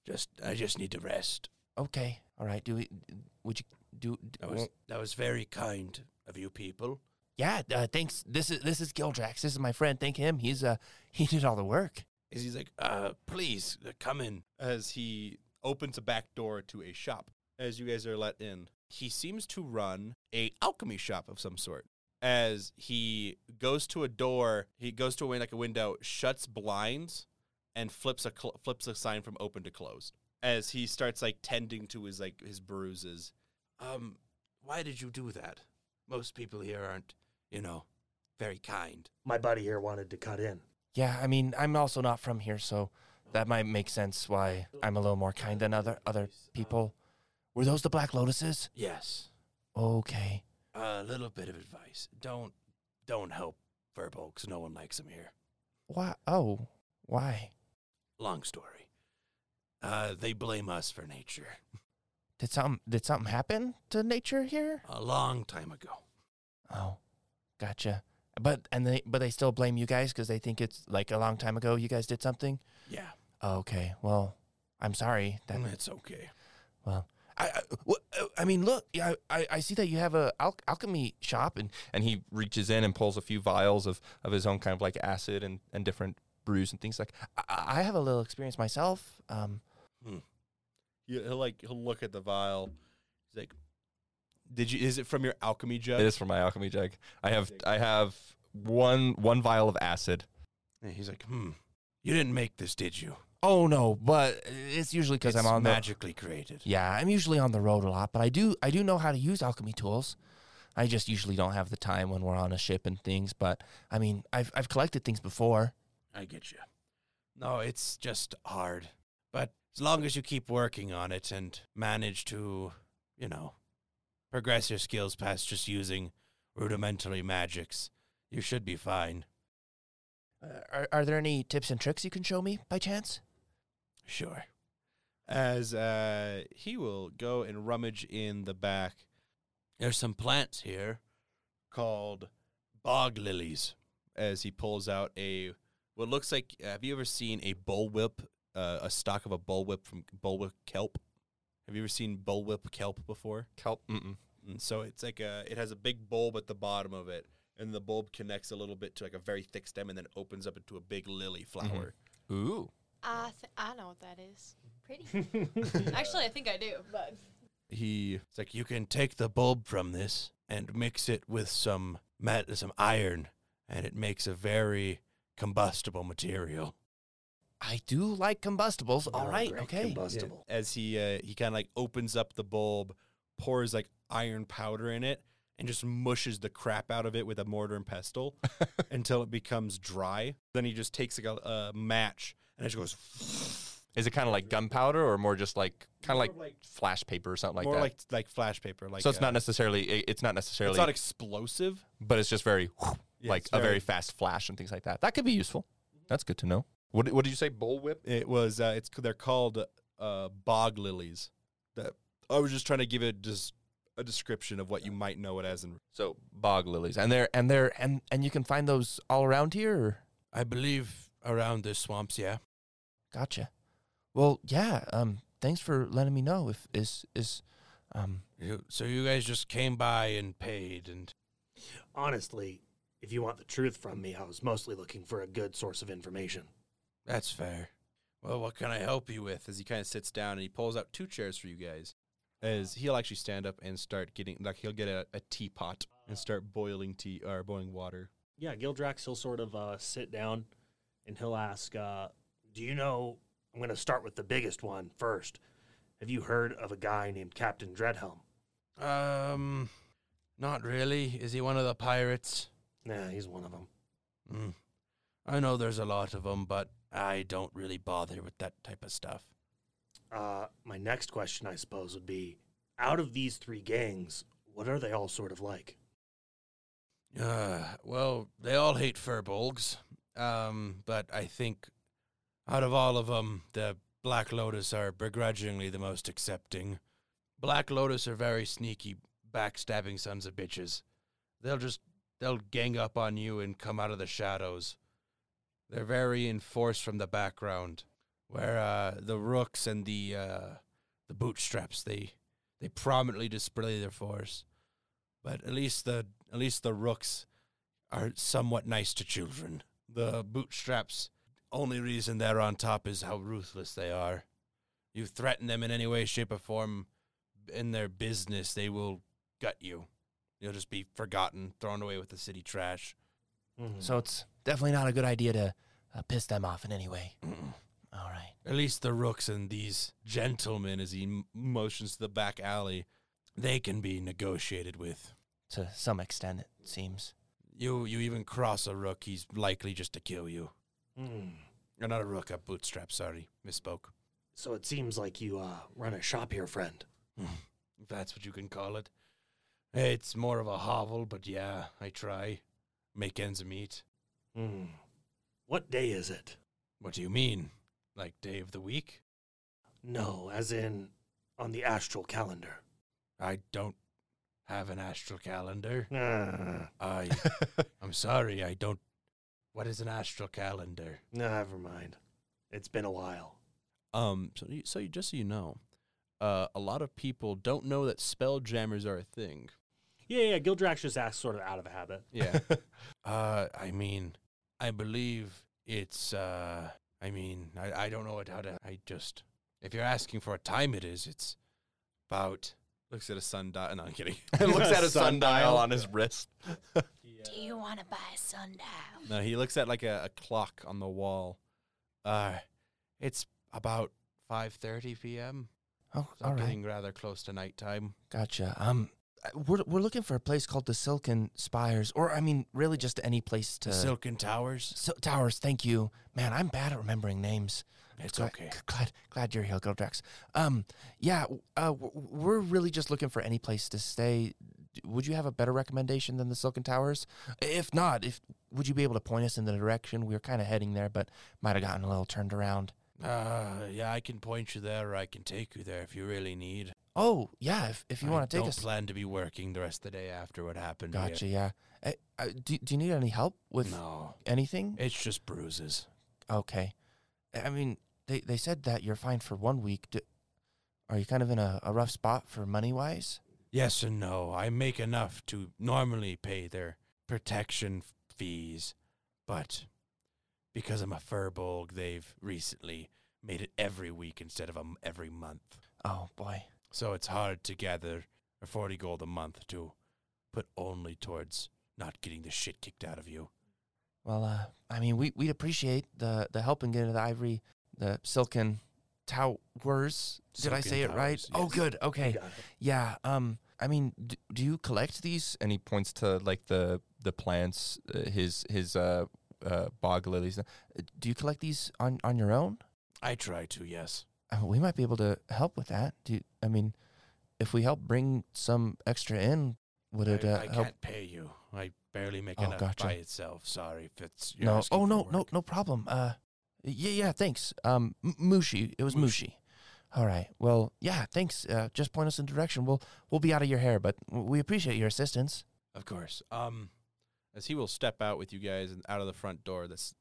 Speaker 8: just I just need to rest.
Speaker 4: Okay, all right. Do we? Would you do? d- won't-
Speaker 8: that was very kind of you people.
Speaker 4: yeah. Uh, thanks. This is this is Gildrax. This is my friend. Thank him. He's uh he did all the work.
Speaker 8: Is he's like, uh, please uh, come in. As he opens a back door to a shop, as you guys are let in, he seems to run a alchemy shop of some sort. As he goes to a door, he goes to a win- like a window, shuts blinds, and flips a cl- flips a sign from open to closed. As he starts like tending to his like his bruises. Um, why did you do that? Most people here aren't, you know, very kind.
Speaker 3: My buddy here wanted to cut in.
Speaker 10: Yeah, I mean, I'm also not from here, so that might make sense why I'm a little more kind than other other people. Were those the Black Lotuses?
Speaker 8: Yes.
Speaker 10: Okay.
Speaker 8: A little bit of advice. Don't don't help Verbolgs. No one likes him here.
Speaker 10: Why? Oh, why?
Speaker 8: Long story. Uh, they blame us for nature.
Speaker 10: Did something did something happen to nature here?
Speaker 8: A long time ago.
Speaker 10: Oh, gotcha. But and they but they still blame you guys because they think it's like a long time ago you guys did something. Oh,
Speaker 8: Yeah.
Speaker 10: Okay. Well, I'm sorry. That
Speaker 8: That's okay.
Speaker 10: well,
Speaker 4: I, I, wh- uh, I mean, look, yeah, I, I see that you have a al- alchemy shop, and, and he reaches in and pulls a few vials of, of his own kind of like acid and, and different brews and things like.
Speaker 10: I, I have a little experience myself. Um,
Speaker 8: Hmm. He- He'll like he'll look at the vial. He's like, "Did you? Is it from your alchemy jug?"
Speaker 4: It is for my alchemy jug. I have I have one one vial of acid.
Speaker 8: And he's like, "Hmm. You didn't make this, did you?
Speaker 10: oh no, but it's usually because I'm
Speaker 8: It's
Speaker 10: on the
Speaker 8: magically created.
Speaker 10: Yeah, I'm usually on the road a lot, but I do I do know how to use alchemy tools. I just usually don't have the time when we're on a ship and things. But I mean, I've I've collected things before.
Speaker 2: I get you. No, it's just hard. But as long as you keep working on it and manage to, you know, progress your skills past just using rudimentary magics, you should be fine.
Speaker 10: Uh, are are there any tips and tricks you can show me by chance?
Speaker 2: Sure.
Speaker 8: As uh, he will go and rummage in the back.
Speaker 2: There's some plants here called bog lilies.
Speaker 8: as he pulls out a what looks like have you ever seen a bullwhip uh, a stock of a bullwhip from bullwhip kelp have you ever seen bullwhip kelp before
Speaker 4: Kelp. Mm-mm.
Speaker 8: and so it's like a it has a big bulb at the bottom of it and the bulb connects a little bit to like a very thick stem and then opens up into a big lily flower
Speaker 4: Ooh.
Speaker 9: I th- I know what that is. Pretty. Actually, I think I do, but
Speaker 8: he
Speaker 2: It's like you can take the bulb from this and mix it with some met- some iron, and it makes a very combustible material.
Speaker 10: I do like combustibles. All
Speaker 3: They're
Speaker 10: right,
Speaker 3: great
Speaker 10: okay.
Speaker 3: Combustible.
Speaker 8: as he uh, he kind of like opens up the bulb pours like iron powder in it and just mushes the crap out of it with a mortar and pestle until it becomes dry then he just takes like a, a match and it just goes
Speaker 4: Is it kind of like gunpowder or more just like kind of like,
Speaker 8: More like-
Speaker 4: flash paper or something like
Speaker 8: more
Speaker 4: that?
Speaker 8: like like flash paper. Like
Speaker 4: so it's
Speaker 8: uh,
Speaker 4: not necessarily it- it's not necessarily
Speaker 8: it's not explosive.
Speaker 4: but it's just very
Speaker 8: Yeah,
Speaker 4: like
Speaker 8: it's
Speaker 4: a very,
Speaker 8: very- Mm-hmm.
Speaker 4: fast flash and things like that. That could be useful. That's good to know. What what did you say? Bullwhip.
Speaker 8: It was uh, it's they're called uh, bog lilies. That I was just trying to give it just a description of what you might know it as. And
Speaker 4: So bog lilies
Speaker 10: And they're and they're and and you can find those all around here. Or?
Speaker 2: I believe around the swamps, yeah.
Speaker 10: Gotcha. Well, yeah. Um, thanks for letting me know. If is is, um,
Speaker 2: You, so you guys just came by and paid, and
Speaker 3: Honestly, if you want the truth from me, I was mostly looking for a good source of information.
Speaker 2: that's fair. Well, what can I help you with?
Speaker 8: as he kind of sits down and he pulls out two chairs for you guys, as he'll actually stand up and start getting like he'll get a, a teapot and start boiling tea or boiling water.
Speaker 3: Yeah, Gildrax, he'll sort of uh, sit down and he'll ask, uh, Do you know? I'm going to start with the biggest one first. Have you heard of a guy named Captain Dreadhelm?
Speaker 2: Um, not really. Is he one of the pirates?
Speaker 3: Nah, he's one of them.
Speaker 2: Mm. I know there's a lot of them, but I don't really bother with that type of stuff.
Speaker 3: Uh, my next question, I suppose, would be out of these three gangs, what are they all sort of like?
Speaker 2: Uh, well, they all hate furbolgs. Um, but I think out of all of them, the Black Lotus are begrudgingly the most accepting. Black Lotus are very sneaky, backstabbing sons of bitches. They'll just they'll gang up on you and come out of the shadows. They're very enforced from the background, where uh, the rooks and the uh, the bootstraps they they prominently display their force. But at least the at least the rooks are somewhat nice to children. The bootstraps only reason they're on top is how ruthless they are. You threaten them in any way, shape, or form in their business, they will gut you. You'll just be forgotten, thrown away with the city trash. Mm-hmm.
Speaker 10: so it's definitely not a good idea to uh, piss them off in any way. All right.
Speaker 2: At least the rooks and these
Speaker 8: These gentlemen, as he m- motions to the back alley,
Speaker 2: they can be negotiated with.
Speaker 10: To some extent, it seems.
Speaker 2: You you even cross a rook, he's likely just to kill you.
Speaker 3: Mm.
Speaker 2: Or not a rook, a bootstrap, sorry. Misspoke.
Speaker 3: So it seems like you uh, run a shop here, friend.
Speaker 2: if that's what you can call it. It's more of a hovel, but yeah, I try. Make ends meet.
Speaker 3: Mm. What day is it?
Speaker 2: What do you mean? Like day of the week?
Speaker 3: No, as in on the astral calendar.
Speaker 2: I don't have an astral calendar.
Speaker 3: Nah,
Speaker 2: I I'm sorry, I don't what is an astral calendar?
Speaker 3: never mind. It's been a while.
Speaker 8: Um, so, you, so you, just so you know, uh, a lot of people don't know that spell jammers are a thing.
Speaker 3: Yeah, yeah, Gildrax just asked sort of out of habit.
Speaker 8: Yeah,
Speaker 2: Uh I mean I believe it's uh I mean I, I don't know what how to I just if you're asking for a time it is, it's about
Speaker 8: looks at a sundial. No, I'm kidding.
Speaker 4: and looks at a sundial on his wrist.
Speaker 7: Do you want to buy a sundial?
Speaker 8: No, he looks at like a, a clock on the wall.
Speaker 2: uh it's about five thirty PM.
Speaker 10: Oh, all right.
Speaker 2: Getting rather close to nighttime.
Speaker 10: Gotcha. Um, we're we're looking for a place called the Silken Spires, or I mean, really just any place to
Speaker 2: Silken Towers.
Speaker 10: Sil- Towers. Thank you, man. I'm bad at remembering names.
Speaker 2: It's
Speaker 10: Gla-
Speaker 2: okay.
Speaker 10: g- Glad, glad you're here, Gildrax. Um, yeah, w- uh, w- we're really just looking for any place to stay. D- Would you have a better recommendation than the Silken Towers? If not, if would you be able to point us in the direction we were kind of heading there, but might have gotten a little turned around.
Speaker 2: Uh, yeah, I can point you there, or I can take you there if you really need.
Speaker 10: Oh, yeah. If if you
Speaker 2: I
Speaker 10: want to take
Speaker 2: don't
Speaker 10: us,
Speaker 2: plan to be working the rest of the day after what happened. here.
Speaker 10: gotcha. Yeah. Uh, uh, do do you need any help with
Speaker 2: No,
Speaker 10: anything?
Speaker 2: it's just bruises.
Speaker 10: Okay. Eh, I I mean, they, they said that you're fine for one week. Do, are you kind of in a, a rough spot for money wise?
Speaker 2: Yes and no. I make enough to normally pay their protection f- fees, but because I'm a furbolg, they've recently made it every week instead of um, every month.
Speaker 10: Oh, boy.
Speaker 2: So it's hard to gather a 40 gold a month to put only towards not getting the shit kicked out of you.
Speaker 10: Well, uh, I mean, we, we'd appreciate the, the help in getting the ivory, the silken towers. Did I
Speaker 2: Silken
Speaker 10: say it right?
Speaker 2: towers,
Speaker 10: Oh,
Speaker 2: yes.
Speaker 10: good.
Speaker 3: You
Speaker 10: Okay.
Speaker 3: got it.
Speaker 10: Yeah. Um. I mean, do, do you collect these?
Speaker 4: and he points to like the the plants, uh, his his uh, uh bog lilies.
Speaker 10: Do you collect these on, on your own?
Speaker 2: I try to, yes.
Speaker 10: Uh, we might be able to help with that. Do you, I mean, if we help bring some extra in, would it
Speaker 2: I,
Speaker 10: uh,
Speaker 2: I
Speaker 10: help?
Speaker 2: can't pay you. I barely make
Speaker 10: Oh,
Speaker 2: enough
Speaker 10: gotcha.
Speaker 2: by itself. Sorry if it's you're
Speaker 10: No.
Speaker 2: asking
Speaker 10: Oh
Speaker 2: for
Speaker 10: no, no,
Speaker 2: work.
Speaker 10: no problem. Uh, yeah, yeah. Thanks. Um, M- Mushi. It was Mushi. All right. Well, yeah. Thanks. Uh, just point us in direction. We'll we'll be out of your hair, but w- we appreciate your assistance.
Speaker 8: Of course. Um, as he will step out with you guys and out of the front door. That's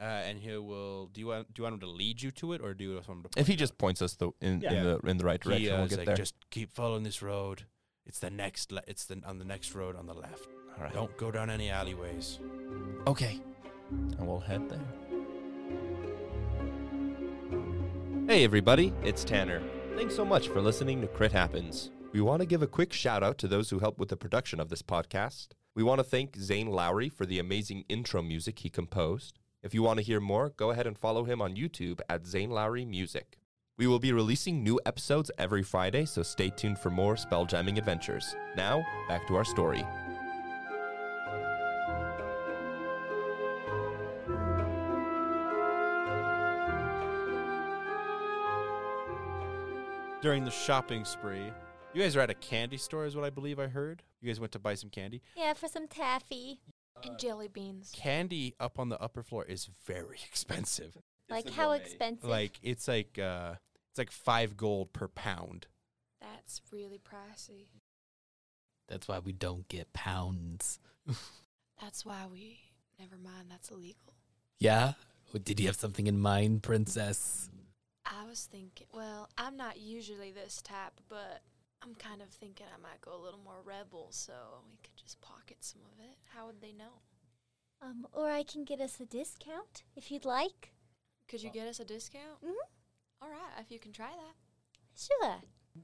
Speaker 8: uh, and he will. Do you want? Do you want him to lead you to it, or do you want him to?
Speaker 4: If he
Speaker 8: point
Speaker 4: just points us the in,
Speaker 3: Yeah.
Speaker 4: in the in the right
Speaker 2: He,
Speaker 4: direction,
Speaker 2: uh,
Speaker 4: we'll
Speaker 2: is
Speaker 4: get
Speaker 2: like,
Speaker 4: there.
Speaker 2: Just keep following this road. It's the next. Le- it's the on the next road on the left.
Speaker 10: All right.
Speaker 2: Don't go down any alleyways.
Speaker 10: Okay.
Speaker 4: and we'll head there. Hey everybody, it's Tanner. Thanks so much for listening to Crit Happens. We want to give a quick shout out to those who helped with the production of this podcast. We want to thank Zane Lowry for the amazing intro music he composed. If you want to hear more, go ahead and follow him on YouTube at Zane Lowry Music. We will be releasing new episodes every Friday, so stay tuned for more spelljamming adventures. Now, back to our story.
Speaker 8: during the shopping spree. You guys are at a candy store, is what I believe I heard. You guys went to buy some candy.
Speaker 7: Yeah, for some taffy.
Speaker 5: And jelly beans.
Speaker 8: Candy up on the upper floor is very expensive.
Speaker 7: like how expensive?
Speaker 8: Like it's like uh, it's like five gold per pound.
Speaker 5: That's really pricey.
Speaker 6: That's why we don't get pounds.
Speaker 5: That's why we. Never mind, that's illegal.
Speaker 6: Yeah? Or Did you have something in mind, princess?
Speaker 5: I was thinking, well, I'm not usually this type, but I'm kind of thinking I might go a little more rebel, so we could just pocket some of it. How would they know?
Speaker 7: um, or I can get us a discount if you'd like.
Speaker 5: Could you get us a discount?
Speaker 7: hmm
Speaker 5: All right, if you can try that.
Speaker 7: Sure.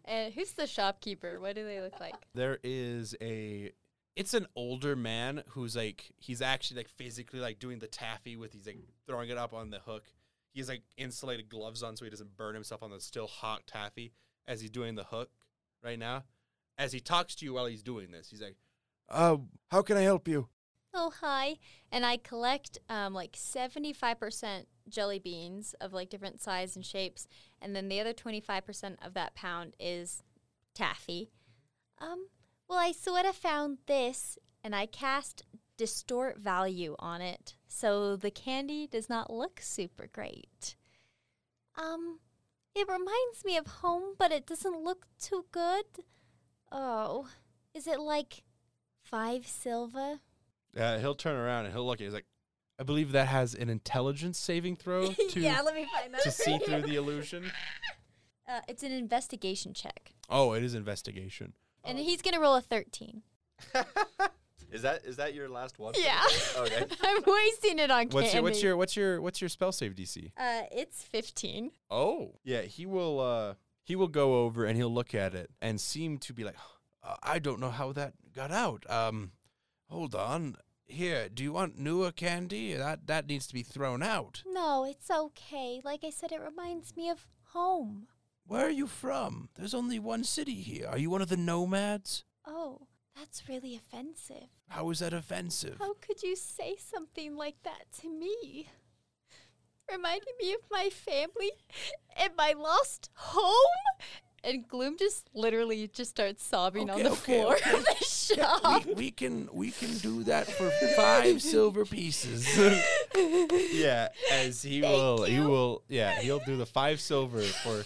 Speaker 11: And who's the shopkeeper? What do they look like?
Speaker 8: There is a. It's an older man who's like he's actually like physically like doing the taffy with he's like throwing it up on the hook. He has like insulated gloves on so he doesn't burn himself on the still hot taffy as he's doing the hook right now. As he talks to you while he's doing this, he's like,
Speaker 2: Uh, how can I help you?
Speaker 11: Oh, hi. And I collect um, like 75% jelly beans of like different size and shapes. And then the other 25% of that pound is taffy.
Speaker 7: Um, well, I sort of found this, and I cast distort value on it, so the candy does not look super great. Um, it reminds me of home, but it doesn't look too good. Oh, is it like five silver?
Speaker 8: Uh, he'll turn around and he'll look at. It. He's like, I believe that has an intelligence saving throw to
Speaker 7: yeah, let me find that.
Speaker 8: to see
Speaker 7: for
Speaker 8: through
Speaker 7: you.
Speaker 8: the illusion.
Speaker 11: Uh, it's an investigation check.
Speaker 8: Oh, it is investigation.
Speaker 11: And he's going to roll a 13.
Speaker 4: Is that is that your last one?
Speaker 11: Yeah.
Speaker 4: Okay.
Speaker 11: I'm wasting it on
Speaker 8: What's
Speaker 11: candy.
Speaker 8: your what's your what's your what's your spell save DC?
Speaker 11: Uh, it's 15.
Speaker 8: Oh, yeah. He will uh he will go over and he'll look at it and
Speaker 2: Seem to be like, "Uh, I don't know how that got out. Um, hold on. Here, do you want newer candy? That that needs to be thrown out.
Speaker 7: No, it's okay. Like I said, it reminds me of home.
Speaker 2: Where are you from? There's only one city here. Are you one of the nomads?
Speaker 7: Oh, that's really offensive.
Speaker 2: How is that offensive?
Speaker 7: How could you say something like that to me? Reminding me of my family and my lost home? And Gloom just literally just starts sobbing on
Speaker 2: Okay,
Speaker 7: the
Speaker 2: okay,
Speaker 7: floor
Speaker 2: okay.
Speaker 7: of the shop.
Speaker 2: we, we can we can do that for five silver pieces.
Speaker 8: yeah, as he will, he will, yeah, he'll do the five silver for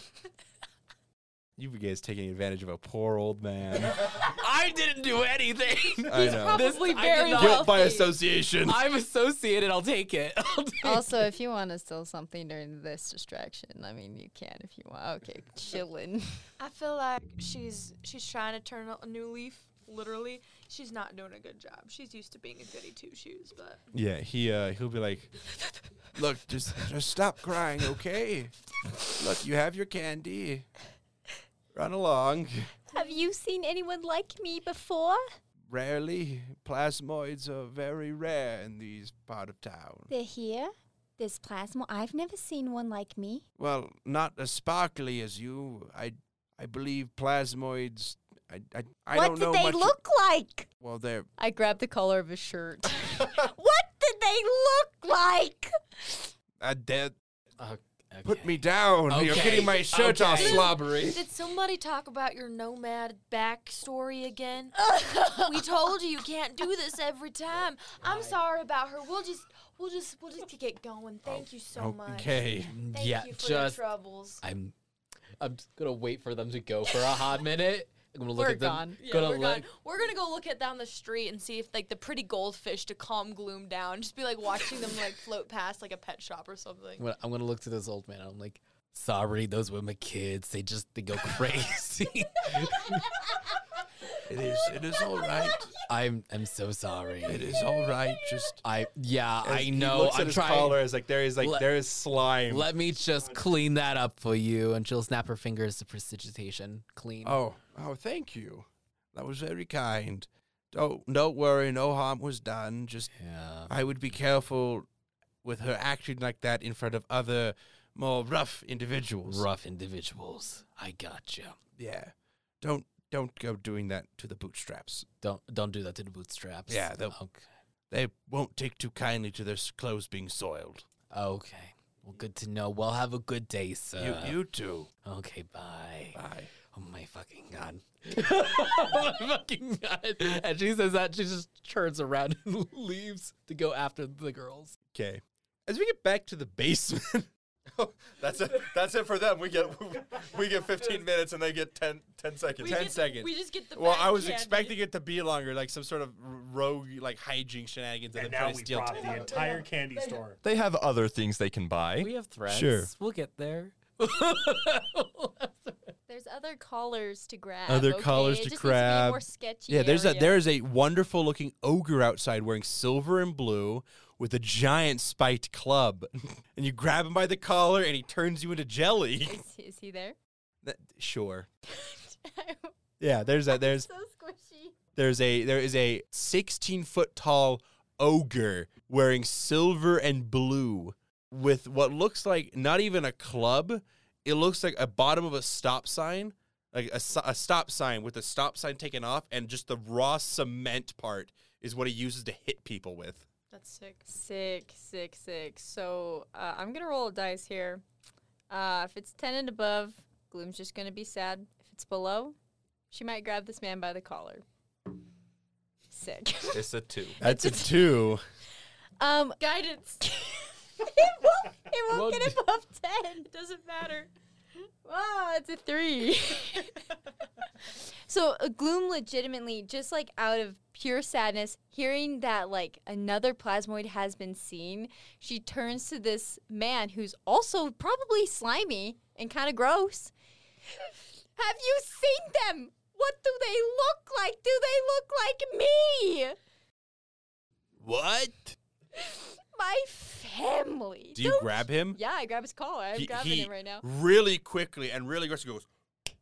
Speaker 8: you guys taking advantage of a poor old man.
Speaker 6: I didn't do anything.
Speaker 8: I know.
Speaker 6: This
Speaker 7: probably
Speaker 6: I
Speaker 7: very
Speaker 6: did not-
Speaker 8: Guilt by association.
Speaker 6: I'm associated. I'll take it. I'll take
Speaker 11: also, if you want to steal something during this distraction, I mean, you can if you want. Okay, chillin'.
Speaker 9: I feel like she's she's trying to turn a new leaf. Literally, she's not doing a good job. She's used to being a goody two shoes, but
Speaker 8: Yeah, he uh, he'll be like,
Speaker 2: Look, just just stop crying, okay? Look, you have your candy. Run along.
Speaker 7: Have you seen anyone like me before?
Speaker 2: Rarely, plasmoids are very rare in these part of town.
Speaker 7: They're here. There's plasma. I've never seen one like me.
Speaker 2: Well, not as sparkly as you. I I believe plasmoids. I I, I
Speaker 7: what
Speaker 2: don't
Speaker 7: did
Speaker 2: know
Speaker 7: they
Speaker 2: much.
Speaker 7: look like?
Speaker 2: well, they're
Speaker 11: I grabbed the collar of his shirt.
Speaker 7: What did they look like?
Speaker 2: uh, they're
Speaker 6: Uh, okay.
Speaker 2: Put me down. You're
Speaker 6: Okay.
Speaker 2: getting my shirt all
Speaker 6: Okay.
Speaker 2: slobbery.
Speaker 5: Did somebody talk about your nomad backstory again? we told you you can't do this every time. I'm sorry about her. We'll just we'll just we'll just get going. Thank you so much.
Speaker 8: okay,
Speaker 5: Thank
Speaker 6: yeah,
Speaker 5: you for your
Speaker 6: just
Speaker 5: troubles.
Speaker 6: I'm I'm just gonna wait for them to go for a hot minute. I'm gonna look
Speaker 11: We're
Speaker 6: at them.
Speaker 11: gone.
Speaker 5: Yeah,
Speaker 6: gonna
Speaker 5: we're,
Speaker 6: look.
Speaker 5: gone. we're gonna go look at down the street and see if like the pretty goldfish to calm gloom down. Just be like watching them like float past like a pet shop or something.
Speaker 6: I'm gonna, I'm gonna look to this old man. I'm like, sorry, those were my kids. They just they go crazy.
Speaker 2: It is. It is all right.
Speaker 6: I'm I'm so sorry.
Speaker 2: It is all right. Just
Speaker 6: I yeah,
Speaker 8: As
Speaker 6: I
Speaker 8: he
Speaker 6: know.
Speaker 8: looks at
Speaker 6: I'm
Speaker 8: his
Speaker 6: trying.
Speaker 8: collar. Is like there is like
Speaker 6: Let-
Speaker 8: there is slime.
Speaker 6: Let me just clean that up for you. And she'll snap her fingers to prestidigitation clean.
Speaker 2: Oh, oh, thank you. That was very kind. Don't don't worry, no harm was done. Just
Speaker 6: Yeah.
Speaker 2: I would be careful with her acting like that in front of other more rough individuals.
Speaker 6: Rough individuals. I got you.
Speaker 2: Yeah. Don't don't go doing that to the bootstraps.
Speaker 6: Don't don't do that to the bootstraps. Oh,
Speaker 2: Yeah, they'll-
Speaker 6: Okay.
Speaker 2: They won't take too kindly to their s- clothes being soiled.
Speaker 6: Okay. Well, good to know. Well, have a good day, sir.
Speaker 2: you you too.
Speaker 6: Okay, bye.
Speaker 2: Bye.
Speaker 6: Oh my fucking god. oh my fucking god. And she says that, she just turns around and leaves to go after the girls.
Speaker 8: Okay. As we get back to the basement. that's it. That's it for them. We get we get 15 minutes and they get 10, 10 seconds. 10 seconds.
Speaker 5: We just get the
Speaker 8: well, I was expecting it to be longer, like some sort of r- rogue, like hijink shenanigans.
Speaker 3: And
Speaker 8: that
Speaker 3: now
Speaker 8: try to
Speaker 3: we
Speaker 8: steal
Speaker 3: brought
Speaker 8: Teddy.
Speaker 3: the entire candy store.
Speaker 4: They have other things they can buy.
Speaker 6: We have threats.
Speaker 4: Sure.
Speaker 6: We'll get there.
Speaker 11: There's other collars to grab.
Speaker 8: Other
Speaker 11: okay?
Speaker 8: collars
Speaker 11: It
Speaker 8: to
Speaker 11: just needs be a more
Speaker 8: grab.
Speaker 11: sketchy.
Speaker 8: Yeah, there's a
Speaker 11: area.
Speaker 8: there is a wonderful looking ogre outside wearing silver and blue with a giant spiked club, and you grab him by the collar and he turns you into jelly.
Speaker 11: Is he- Is he there?
Speaker 8: That- sure. Yeah, there's that. There's
Speaker 11: so squishy.
Speaker 8: there's a there is a 16 foot tall ogre wearing silver and blue with what looks like not even a club. It looks like a bottom of a stop sign, like a, s- a stop sign with the stop sign taken off, and just the raw cement part is what he uses to hit people with.
Speaker 9: that's sick.
Speaker 11: Sick, sick, sick. So uh, I'm gonna roll a dice here. Uh, if it's ten and above, Gloom's just gonna be sad. If it's below, she might grab this man by the collar. Sick.
Speaker 4: It's a two.
Speaker 8: That's a two.
Speaker 11: um,
Speaker 9: Guidance
Speaker 11: it won't, it won't
Speaker 6: Well,
Speaker 11: get above ten.
Speaker 9: doesn't matter.
Speaker 11: Wow, it's a three. so uh, Gloom legitimately, just like out of pure sadness, hearing that like another plasmoid has been seen, she turns to this man who's also probably slimy and kind of gross. Have you seen them? What do they look like? Do they look like me?
Speaker 8: What?
Speaker 11: My family.
Speaker 8: Do you
Speaker 11: Don't-
Speaker 8: grab him?
Speaker 11: Yeah, I grab his collar. I'm grabbing him right now.
Speaker 8: Really quickly and really aggressive goes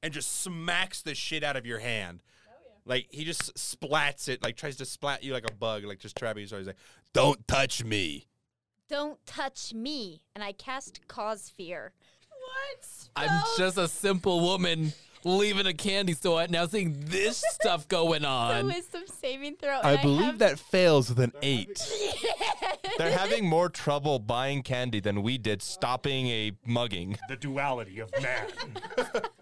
Speaker 8: and just smacks the shit out of your hand.
Speaker 11: Oh,
Speaker 8: Like he just splats it, like tries to splat you like a bug, like just trapping you. So he's like, "Don't touch me."
Speaker 7: Don't touch me. And I cast cause fear.
Speaker 6: I'm just a simple woman. leaving a candy store, now seeing this stuff going
Speaker 11: A
Speaker 6: on.
Speaker 11: wisdom saving throw. Oh, and
Speaker 8: I believe
Speaker 11: have-
Speaker 8: that fails with an eight.
Speaker 4: They're having more trouble buying candy than we did stopping a mugging.
Speaker 3: The duality of man.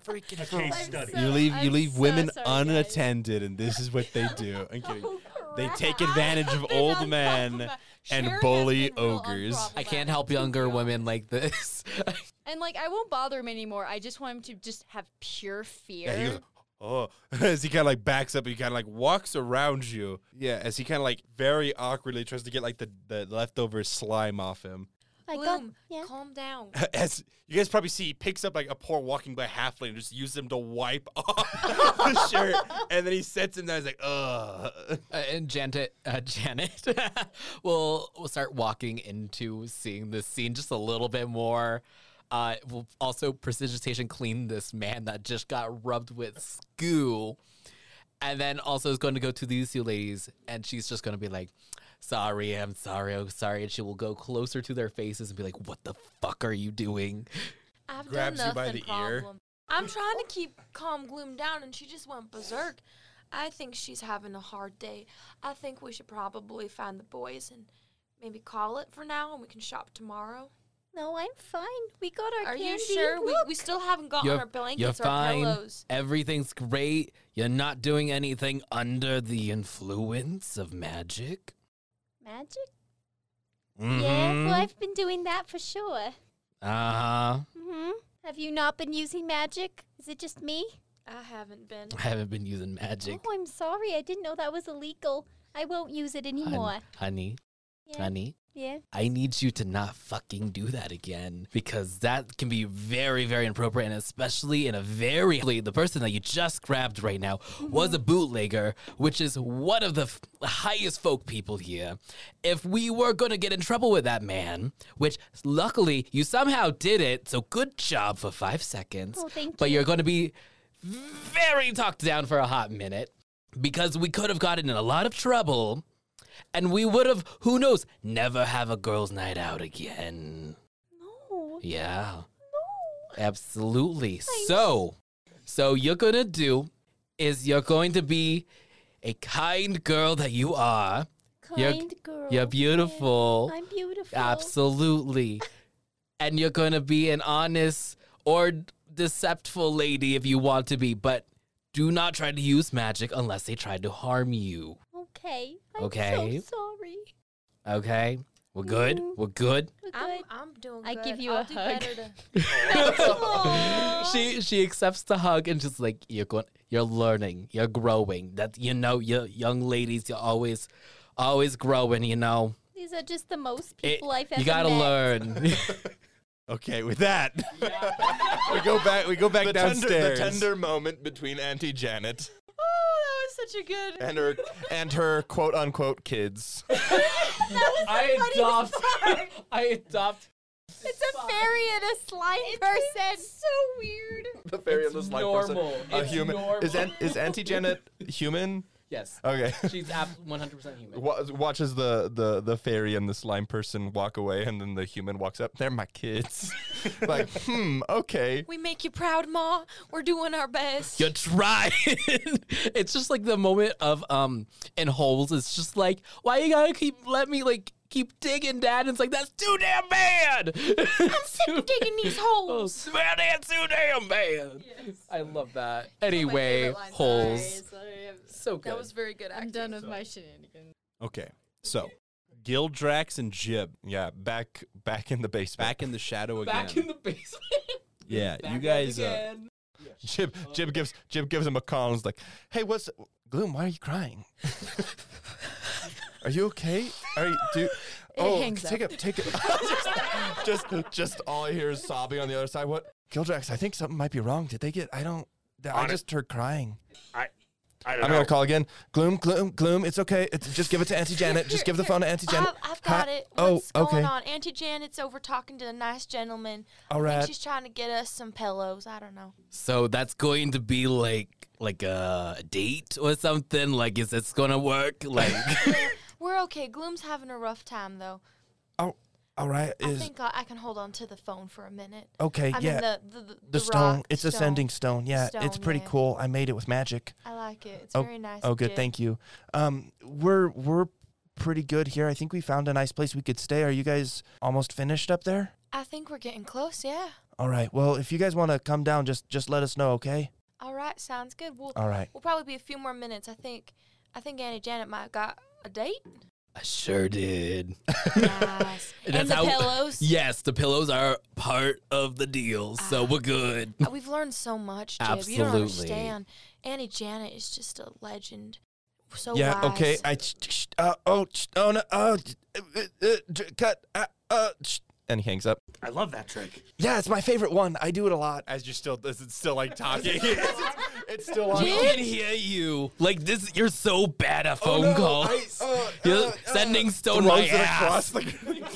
Speaker 3: Freaking a case study.
Speaker 8: You leave you
Speaker 11: I'm
Speaker 8: leave
Speaker 11: so
Speaker 8: women
Speaker 11: sorry, guys. Oh,
Speaker 8: unattended, and this is what they do. I'm kidding. they take
Speaker 11: crap.
Speaker 8: advantage of
Speaker 11: Been
Speaker 8: old
Speaker 11: on
Speaker 8: men
Speaker 11: problema-
Speaker 8: and
Speaker 11: Sharon has
Speaker 8: bully
Speaker 11: been real
Speaker 8: ogres.
Speaker 11: unproblematic.
Speaker 6: I can't help younger women like this.
Speaker 11: And like, I won't bother him anymore. I just want him to just have pure fear.
Speaker 8: Yeah, he goes, oh, as he kind of like backs up, he kind of like walks around you. Yeah, as he kind of like very awkwardly tries to get like the, the leftover slime off him.
Speaker 7: I got
Speaker 5: Bloom,
Speaker 7: yeah.
Speaker 5: calm down.
Speaker 8: As you guys probably see, he picks up like a poor walking by halfling and just uses them to wipe off the shirt. And then he sets him down. He's like, ugh.
Speaker 6: Uh, and Janet, uh, Janet will will start walking into seeing this scene just a little bit more. Uh, will also precipitation clean this man that just got rubbed with goo, and then also is going to go to these two ladies, and she's just going to be like, "Sorry, I'm sorry, I'm sorry," and she will go closer to their faces and be like, "What the fuck are you doing?"
Speaker 5: I've
Speaker 8: Grabs
Speaker 5: done
Speaker 8: you by
Speaker 5: nothing
Speaker 8: the ear.
Speaker 5: problem.
Speaker 9: I'm trying to keep calm gloom down, and she just went berserk. I think she's having a hard day. I think we should probably find the boys and maybe call it for now, and we can shop tomorrow.
Speaker 7: No, I'm fine. We got our
Speaker 9: Are
Speaker 7: candy.
Speaker 9: you sure? We,
Speaker 7: Look.
Speaker 9: we still haven't gotten
Speaker 6: You're-
Speaker 9: our
Speaker 6: you're
Speaker 9: blankets or
Speaker 6: fine.
Speaker 9: pillows.
Speaker 6: Everything's great. You're not doing anything under the influence of magic. Mm-hmm.
Speaker 7: Magic?
Speaker 8: Mm-hmm.
Speaker 7: Yeah, well, I've been doing that for sure.
Speaker 6: Uh huh.
Speaker 7: hmm Have you not been using magic? Is it just me?
Speaker 9: I haven't been.
Speaker 6: I haven't been using magic.
Speaker 7: Oh, I'm sorry. I didn't know that was illegal. I won't use it
Speaker 6: Hun-
Speaker 7: anymore.
Speaker 6: honey,
Speaker 7: yeah.
Speaker 6: honey,
Speaker 7: Yeah.
Speaker 6: I need you to not fucking do that again because that can be very, very inappropriate, and especially in a very the person that you just grabbed right now was a
Speaker 7: Mm-hmm.
Speaker 6: bootlegger, which is one of the f- highest folk people here. If we were gonna get in trouble with that man, which luckily you somehow did it, so good job for five seconds.
Speaker 7: Oh, thank
Speaker 6: but
Speaker 7: you.
Speaker 6: you're going to be very talked down for a hot minute because we could have gotten in a lot of trouble and we would have, who knows, never have a girls' night out again.
Speaker 7: No.
Speaker 6: Yeah,
Speaker 7: No.
Speaker 6: absolutely. So, so you're going to do is you're going to be a kind girl that you are. You're-
Speaker 7: Kind girl.
Speaker 6: You're
Speaker 7: Yeah,
Speaker 6: beautiful.
Speaker 7: I'm beautiful.
Speaker 6: Absolutely. And you're going to be an honest or deceptful lady if you want to be, but do not try to use magic unless they try to harm you.
Speaker 7: Okay. Oh, I'm
Speaker 6: Okay.
Speaker 7: so sorry.
Speaker 6: Okay? We're good?
Speaker 7: Mhm.
Speaker 6: We're good?
Speaker 7: We're
Speaker 9: I'm,
Speaker 7: good.
Speaker 9: I'm doing
Speaker 11: I
Speaker 9: good.
Speaker 11: give you
Speaker 9: I'll
Speaker 11: a
Speaker 9: do
Speaker 11: hug.
Speaker 9: better to-
Speaker 6: she she accepts the hug and just like you're going you're learning, you're growing. That you know, you young ladies, you're always always growing, you know.
Speaker 7: These are just the most
Speaker 6: It-
Speaker 7: people I've ever
Speaker 6: you gotta
Speaker 7: met.
Speaker 6: learn.
Speaker 8: Okay, with that, we go back. We go back
Speaker 4: The tender, the
Speaker 8: downstairs.
Speaker 4: tender moment between Auntie Janet
Speaker 9: Oh, that was such a good.
Speaker 4: and her and her quote unquote kids.
Speaker 6: I adopt I adopt
Speaker 11: It's a fairy and a slime person. so weird.
Speaker 4: The fairy
Speaker 6: It's
Speaker 4: of the slime
Speaker 6: normal.
Speaker 4: person. A
Speaker 6: It's
Speaker 4: human.
Speaker 6: normal.
Speaker 4: Is, Aunt, is Auntie Janet human?
Speaker 6: Yes.
Speaker 4: Okay.
Speaker 6: She's ab- 100% human.
Speaker 4: Wa- Watches the, the, the fairy and the slime person walk away, and then the human walks up. They're my kids. like, hmm, okay.
Speaker 9: We make you proud, Ma. We're doing our best.
Speaker 6: You're trying. it's just like the moment of um in holes. It's just like why you gotta keep let me like keep digging, Dad. And it's like that's too damn bad. I'm sick of
Speaker 9: digging these holes.
Speaker 6: Oh, swear that's too damn bad. I love that. Anyway, holes. So good.
Speaker 9: That was very good acting.
Speaker 11: I'm done with my shenanigans.
Speaker 8: Okay, so Gildrax and Jib
Speaker 4: Yeah, back back in the basement.
Speaker 8: back in the shadow again.
Speaker 6: back in the basement.
Speaker 8: yeah,
Speaker 6: Back
Speaker 8: you
Speaker 6: up
Speaker 8: guys. Uh,
Speaker 6: again.
Speaker 4: Jib Jib gives Jib gives him a call. and is like, "Hey, what's Gloom? Why are you crying? are you okay? Are you do? oh,
Speaker 11: hangs
Speaker 4: take it, take it. just, just just all I hear is sobbing on the other side. What? Kildrax, I think something might be wrong. Did they get? I don't. I
Speaker 3: Honest-
Speaker 4: just heard crying.
Speaker 3: I don't
Speaker 4: I'm
Speaker 3: know.
Speaker 4: gonna call again. Gloom, gloom, gloom. It's okay. It's, just give it to Auntie Janet. Just give the phone to Auntie Janet.
Speaker 9: I've, I've got
Speaker 4: Hi-
Speaker 9: it.
Speaker 4: Oh,
Speaker 9: What's
Speaker 4: okay.
Speaker 9: going on? Auntie Janet's over talking to a nice gentleman.
Speaker 4: All
Speaker 9: I think
Speaker 4: right.
Speaker 9: she's trying to get us some pillows. I don't know.
Speaker 6: So that's going to be like like a date or something. Like is this gonna work? Like
Speaker 9: We're okay. Gloom's having a rough time though.
Speaker 4: Oh,
Speaker 10: All right.
Speaker 5: I
Speaker 10: Is
Speaker 5: think I, I can hold on to the phone for a minute.
Speaker 10: okay.
Speaker 5: I
Speaker 10: yeah.
Speaker 5: mean the the, the,
Speaker 10: the
Speaker 5: rock
Speaker 10: stone. it's a sending stone. Yeah, it's
Speaker 5: Stone,
Speaker 10: pretty
Speaker 5: yeah.
Speaker 10: cool. I made it with magic.
Speaker 5: I like it. It's
Speaker 10: Oh,
Speaker 5: very nice.
Speaker 10: oh, good. Thank you. Um, we're we're pretty good here. I think we found a nice place we could stay. Are you guys almost finished up there?
Speaker 5: I think we're getting close. Yeah.
Speaker 10: All right. Well, if you guys want to come down, just just let us know, okay?
Speaker 5: All right. Sounds good. We'll
Speaker 10: All right.
Speaker 5: we'll probably be a few more minutes. I think I think Annie Janet might have got a date.
Speaker 6: I sure did.
Speaker 5: Nice.
Speaker 6: And that's
Speaker 5: and, the
Speaker 6: how-
Speaker 5: pillows.
Speaker 6: Yes, the pillows are part of the deal, so we're good.
Speaker 5: Uh, We've learned so much, Jib. You don't
Speaker 6: Absolutely.
Speaker 5: understand. Annie Janet is just a legend. So
Speaker 10: yeah.
Speaker 5: wise.
Speaker 10: Okay. I uh, oh sh- oh no oh uh, uh, uh, cut uh, uh sh- and he hangs up.
Speaker 3: I love that trick.
Speaker 10: Yeah, it's my favorite one. I do it a lot.
Speaker 8: As you're still, this is still like talking. it's, it's still
Speaker 6: We
Speaker 8: on.
Speaker 6: can hear you. Like this, you're so bad at phone calls. You're sending stone my
Speaker 8: Throws it
Speaker 6: ass.
Speaker 8: across the,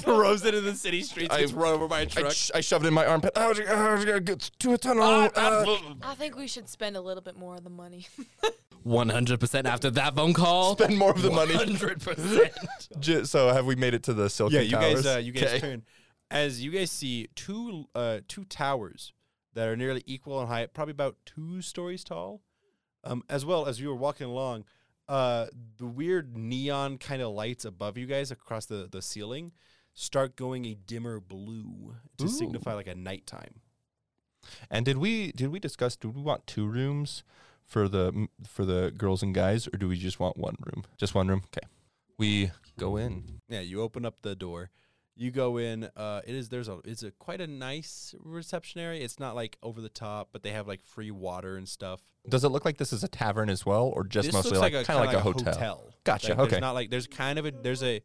Speaker 8: throws it in the city streets.
Speaker 4: I-
Speaker 8: gets run over by a
Speaker 4: I,
Speaker 8: truck.
Speaker 4: sh- I shoved it in my armpit. Oh, uh, to a tunnel.
Speaker 8: Ah,
Speaker 10: Oh,
Speaker 4: uh,
Speaker 5: I think we should spend a little bit more of the money.
Speaker 6: 100% after that phone call.
Speaker 4: spend more of the money.
Speaker 6: 100%.
Speaker 4: J- so have we made it to the silk?
Speaker 8: yeah, you guys, uh, you guys
Speaker 4: Okay.
Speaker 8: turn as you guys see two uh, two towers that are nearly equal in height, probably about two stories tall. Um, as well as you were walking along, uh, the weird neon kind of lights above you guys across the the ceiling start going a dimmer blue to
Speaker 4: Ooh.
Speaker 8: signify like a nighttime.
Speaker 4: And did we did we discuss? Do we want two rooms for the for the girls and guys, or do we just want one room? Just one room. Okay. We go in.
Speaker 8: Yeah, you open up the door. You go in. Uh, it is there's a it's a quite a nice reception area. It's not like over the top, but they have like free water and stuff.
Speaker 4: Does it look like this is a tavern as well, or just
Speaker 8: this
Speaker 4: mostly
Speaker 8: looks
Speaker 4: like,
Speaker 8: like, a
Speaker 4: kind of like, a
Speaker 8: kinda
Speaker 4: hotel? Gotcha,
Speaker 8: Like, there's
Speaker 4: okay.
Speaker 8: Not like there's kind of a there's a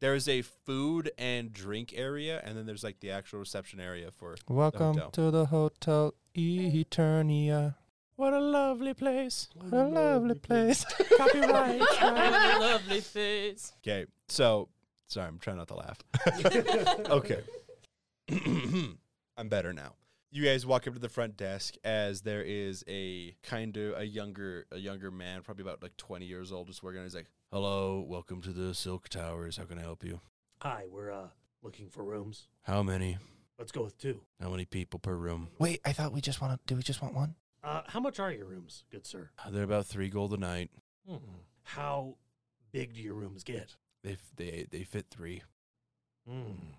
Speaker 8: there's a food and drink area, and then there's like the actual reception area for.
Speaker 4: Welcome
Speaker 8: hotel.
Speaker 4: to the hotel Eternia.
Speaker 8: What a lovely place.
Speaker 4: What a lovely place.
Speaker 8: Copyright.
Speaker 6: Lovely face.
Speaker 8: Okay, so sorry, I'm trying not to laugh. okay, I'm better now. You guys walk up to the front desk as there is a kind of a younger a younger man, probably about like 20 years old, just working. He's like, "Hello, welcome to the Silk Towers. How can I help you?
Speaker 3: Hi, we're uh looking for rooms.
Speaker 8: How many?
Speaker 3: Let's go with two.
Speaker 8: How many people per room?
Speaker 10: Wait, I thought we just want to. Do we just want one?
Speaker 3: Uh, how much are your rooms, good sir?
Speaker 8: Uh, They're about three gold a night.
Speaker 3: How big do your rooms get?
Speaker 8: They f- they they fit three.
Speaker 2: Hmm.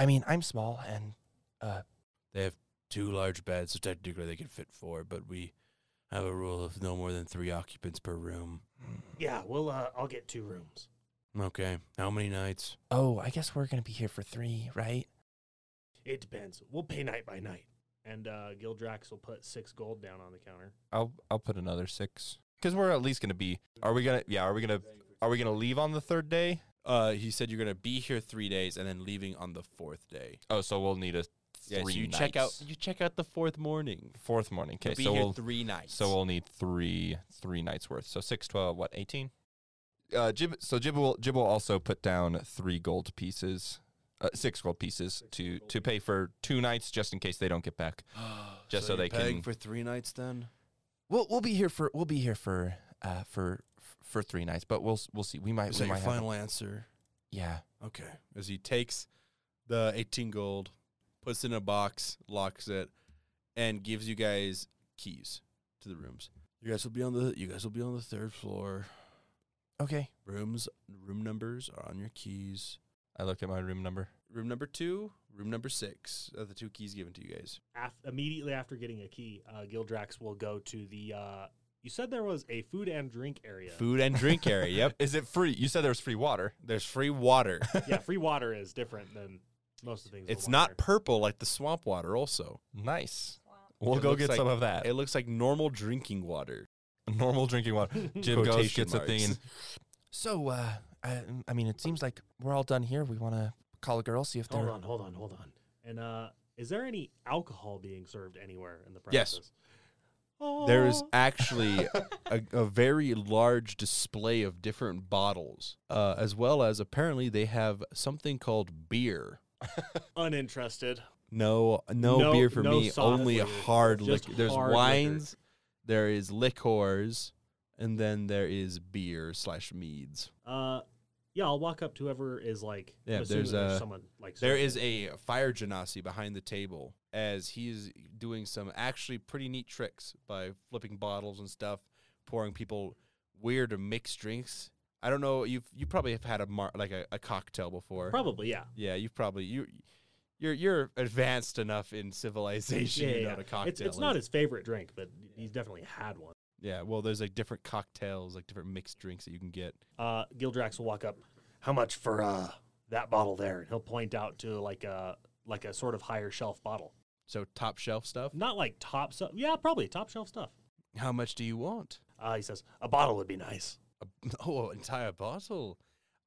Speaker 10: I mean, I'm small and uh,
Speaker 8: They have two large beds, so technically they could fit four. But we have a rule of no more than three occupants per room.
Speaker 3: Yeah, well, uh, I'll get two rooms.
Speaker 8: Okay. How many nights?
Speaker 10: oh, I guess we're gonna be here for three, right?
Speaker 3: It depends. We'll pay night by night. And uh, Gildrax will put six gold down on the counter.
Speaker 4: I'll I'll put another six because we're at least gonna be. Are we gonna? Yeah. Are we gonna? Are we gonna leave on the third day?
Speaker 8: Uh, he said you're gonna be here three days and then leaving on the fourth day.
Speaker 4: Oh, so we'll need a three.
Speaker 8: Yeah, so you check out
Speaker 4: nights.
Speaker 8: you check out the fourth morning.
Speaker 4: fourth morning.
Speaker 8: You'll
Speaker 4: Okay,
Speaker 8: be
Speaker 4: so
Speaker 8: here
Speaker 4: we'll
Speaker 8: three nights.
Speaker 4: So we'll need three three nights worth. So six, twelve, what, eighteen? Uh, Jib. So Jib will Jib will also put down three gold pieces, uh, six gold pieces to to pay for two nights, just in case they don't get back. just so
Speaker 8: you're
Speaker 4: they
Speaker 8: paying
Speaker 4: can-
Speaker 8: for three nights then.
Speaker 10: We'll we'll be here for we'll be here for uh for for three nights, but we'll s- we'll see. We might
Speaker 8: Is
Speaker 10: we
Speaker 8: that your
Speaker 10: might have,
Speaker 8: final answer?
Speaker 10: yeah.
Speaker 8: Okay. As he takes the 18 gold, puts it in a box, locks it, and gives you guys keys to the rooms. You guys will be on the you guys will be on the third floor.
Speaker 10: Okay,
Speaker 8: Rooms room numbers are on your keys.
Speaker 4: I look at my room number.
Speaker 8: Room number 2, room number 6 are the two keys given to you guys.
Speaker 3: Af- immediately after getting a key, uh, Gildrax will go to the. Uh, you said there was a food and drink area.
Speaker 8: Food and drink area. Yep.
Speaker 4: Is it free? You said there was free water.
Speaker 8: There's free water.
Speaker 3: yeah, free water is different than most of the things.
Speaker 8: It's
Speaker 3: we'll
Speaker 8: not
Speaker 3: water.
Speaker 8: purple like the swamp water also.
Speaker 4: Nice. We'll
Speaker 8: It
Speaker 4: go
Speaker 8: looks
Speaker 4: get
Speaker 8: like-
Speaker 4: some of that.
Speaker 8: It looks like normal drinking water.
Speaker 4: Normal drinking water. Jib goes,
Speaker 8: Quotation
Speaker 4: gets a thing, and
Speaker 8: marks.
Speaker 10: so uh, I I mean, it seems like we're all done here. We want to call a girl, see if
Speaker 3: Hold
Speaker 10: they're
Speaker 3: on, hold on, hold on. And uh, is there any alcohol being served anywhere in the Oh,
Speaker 8: Yes.
Speaker 3: premises?
Speaker 8: There is actually a, a very large display of different bottles, uh, as well as apparently they have something called beer.
Speaker 3: uninterested.
Speaker 8: No, no,
Speaker 3: No-
Speaker 8: beer for
Speaker 3: no
Speaker 8: me.
Speaker 3: solid
Speaker 8: Only a
Speaker 3: liquor.
Speaker 8: hard
Speaker 3: Just
Speaker 8: liquor. There's
Speaker 3: hard liquor.
Speaker 8: wines, there is liqueurs, and then there is beer slash meads.
Speaker 3: Uh, Yeah, I'll walk up to whoever is like.
Speaker 8: Yeah,
Speaker 3: I'm assuming
Speaker 8: there's, uh,
Speaker 3: someone like.
Speaker 8: There
Speaker 3: serving.
Speaker 8: is a fire genasi behind the table as he's doing some actually pretty neat tricks by flipping bottles and stuff, pouring people weird or mixed drinks. I don't know. You've you probably have had a mar- like a, a cocktail before.
Speaker 3: probably yeah.
Speaker 8: Yeah, you've probably you. You're you're advanced enough in civilization.
Speaker 3: Yeah,
Speaker 8: you
Speaker 3: yeah,
Speaker 8: know
Speaker 3: yeah.
Speaker 8: what a cocktail.
Speaker 3: It's, it's not
Speaker 8: is.
Speaker 3: his favorite drink, but he's definitely had one.
Speaker 8: Yeah, well, there's like different cocktails, like different mixed drinks that you can get.
Speaker 3: Uh, Gildrax will walk up. How much for uh, that bottle there? And he'll point out to like a like a sort of higher shelf bottle,
Speaker 8: So top shelf stuff.
Speaker 3: not like top stuff. Yeah, probably top shelf stuff.
Speaker 8: How much do you want?
Speaker 3: Uh, he says a bottle would be nice.
Speaker 8: A- Oh, an entire bottle.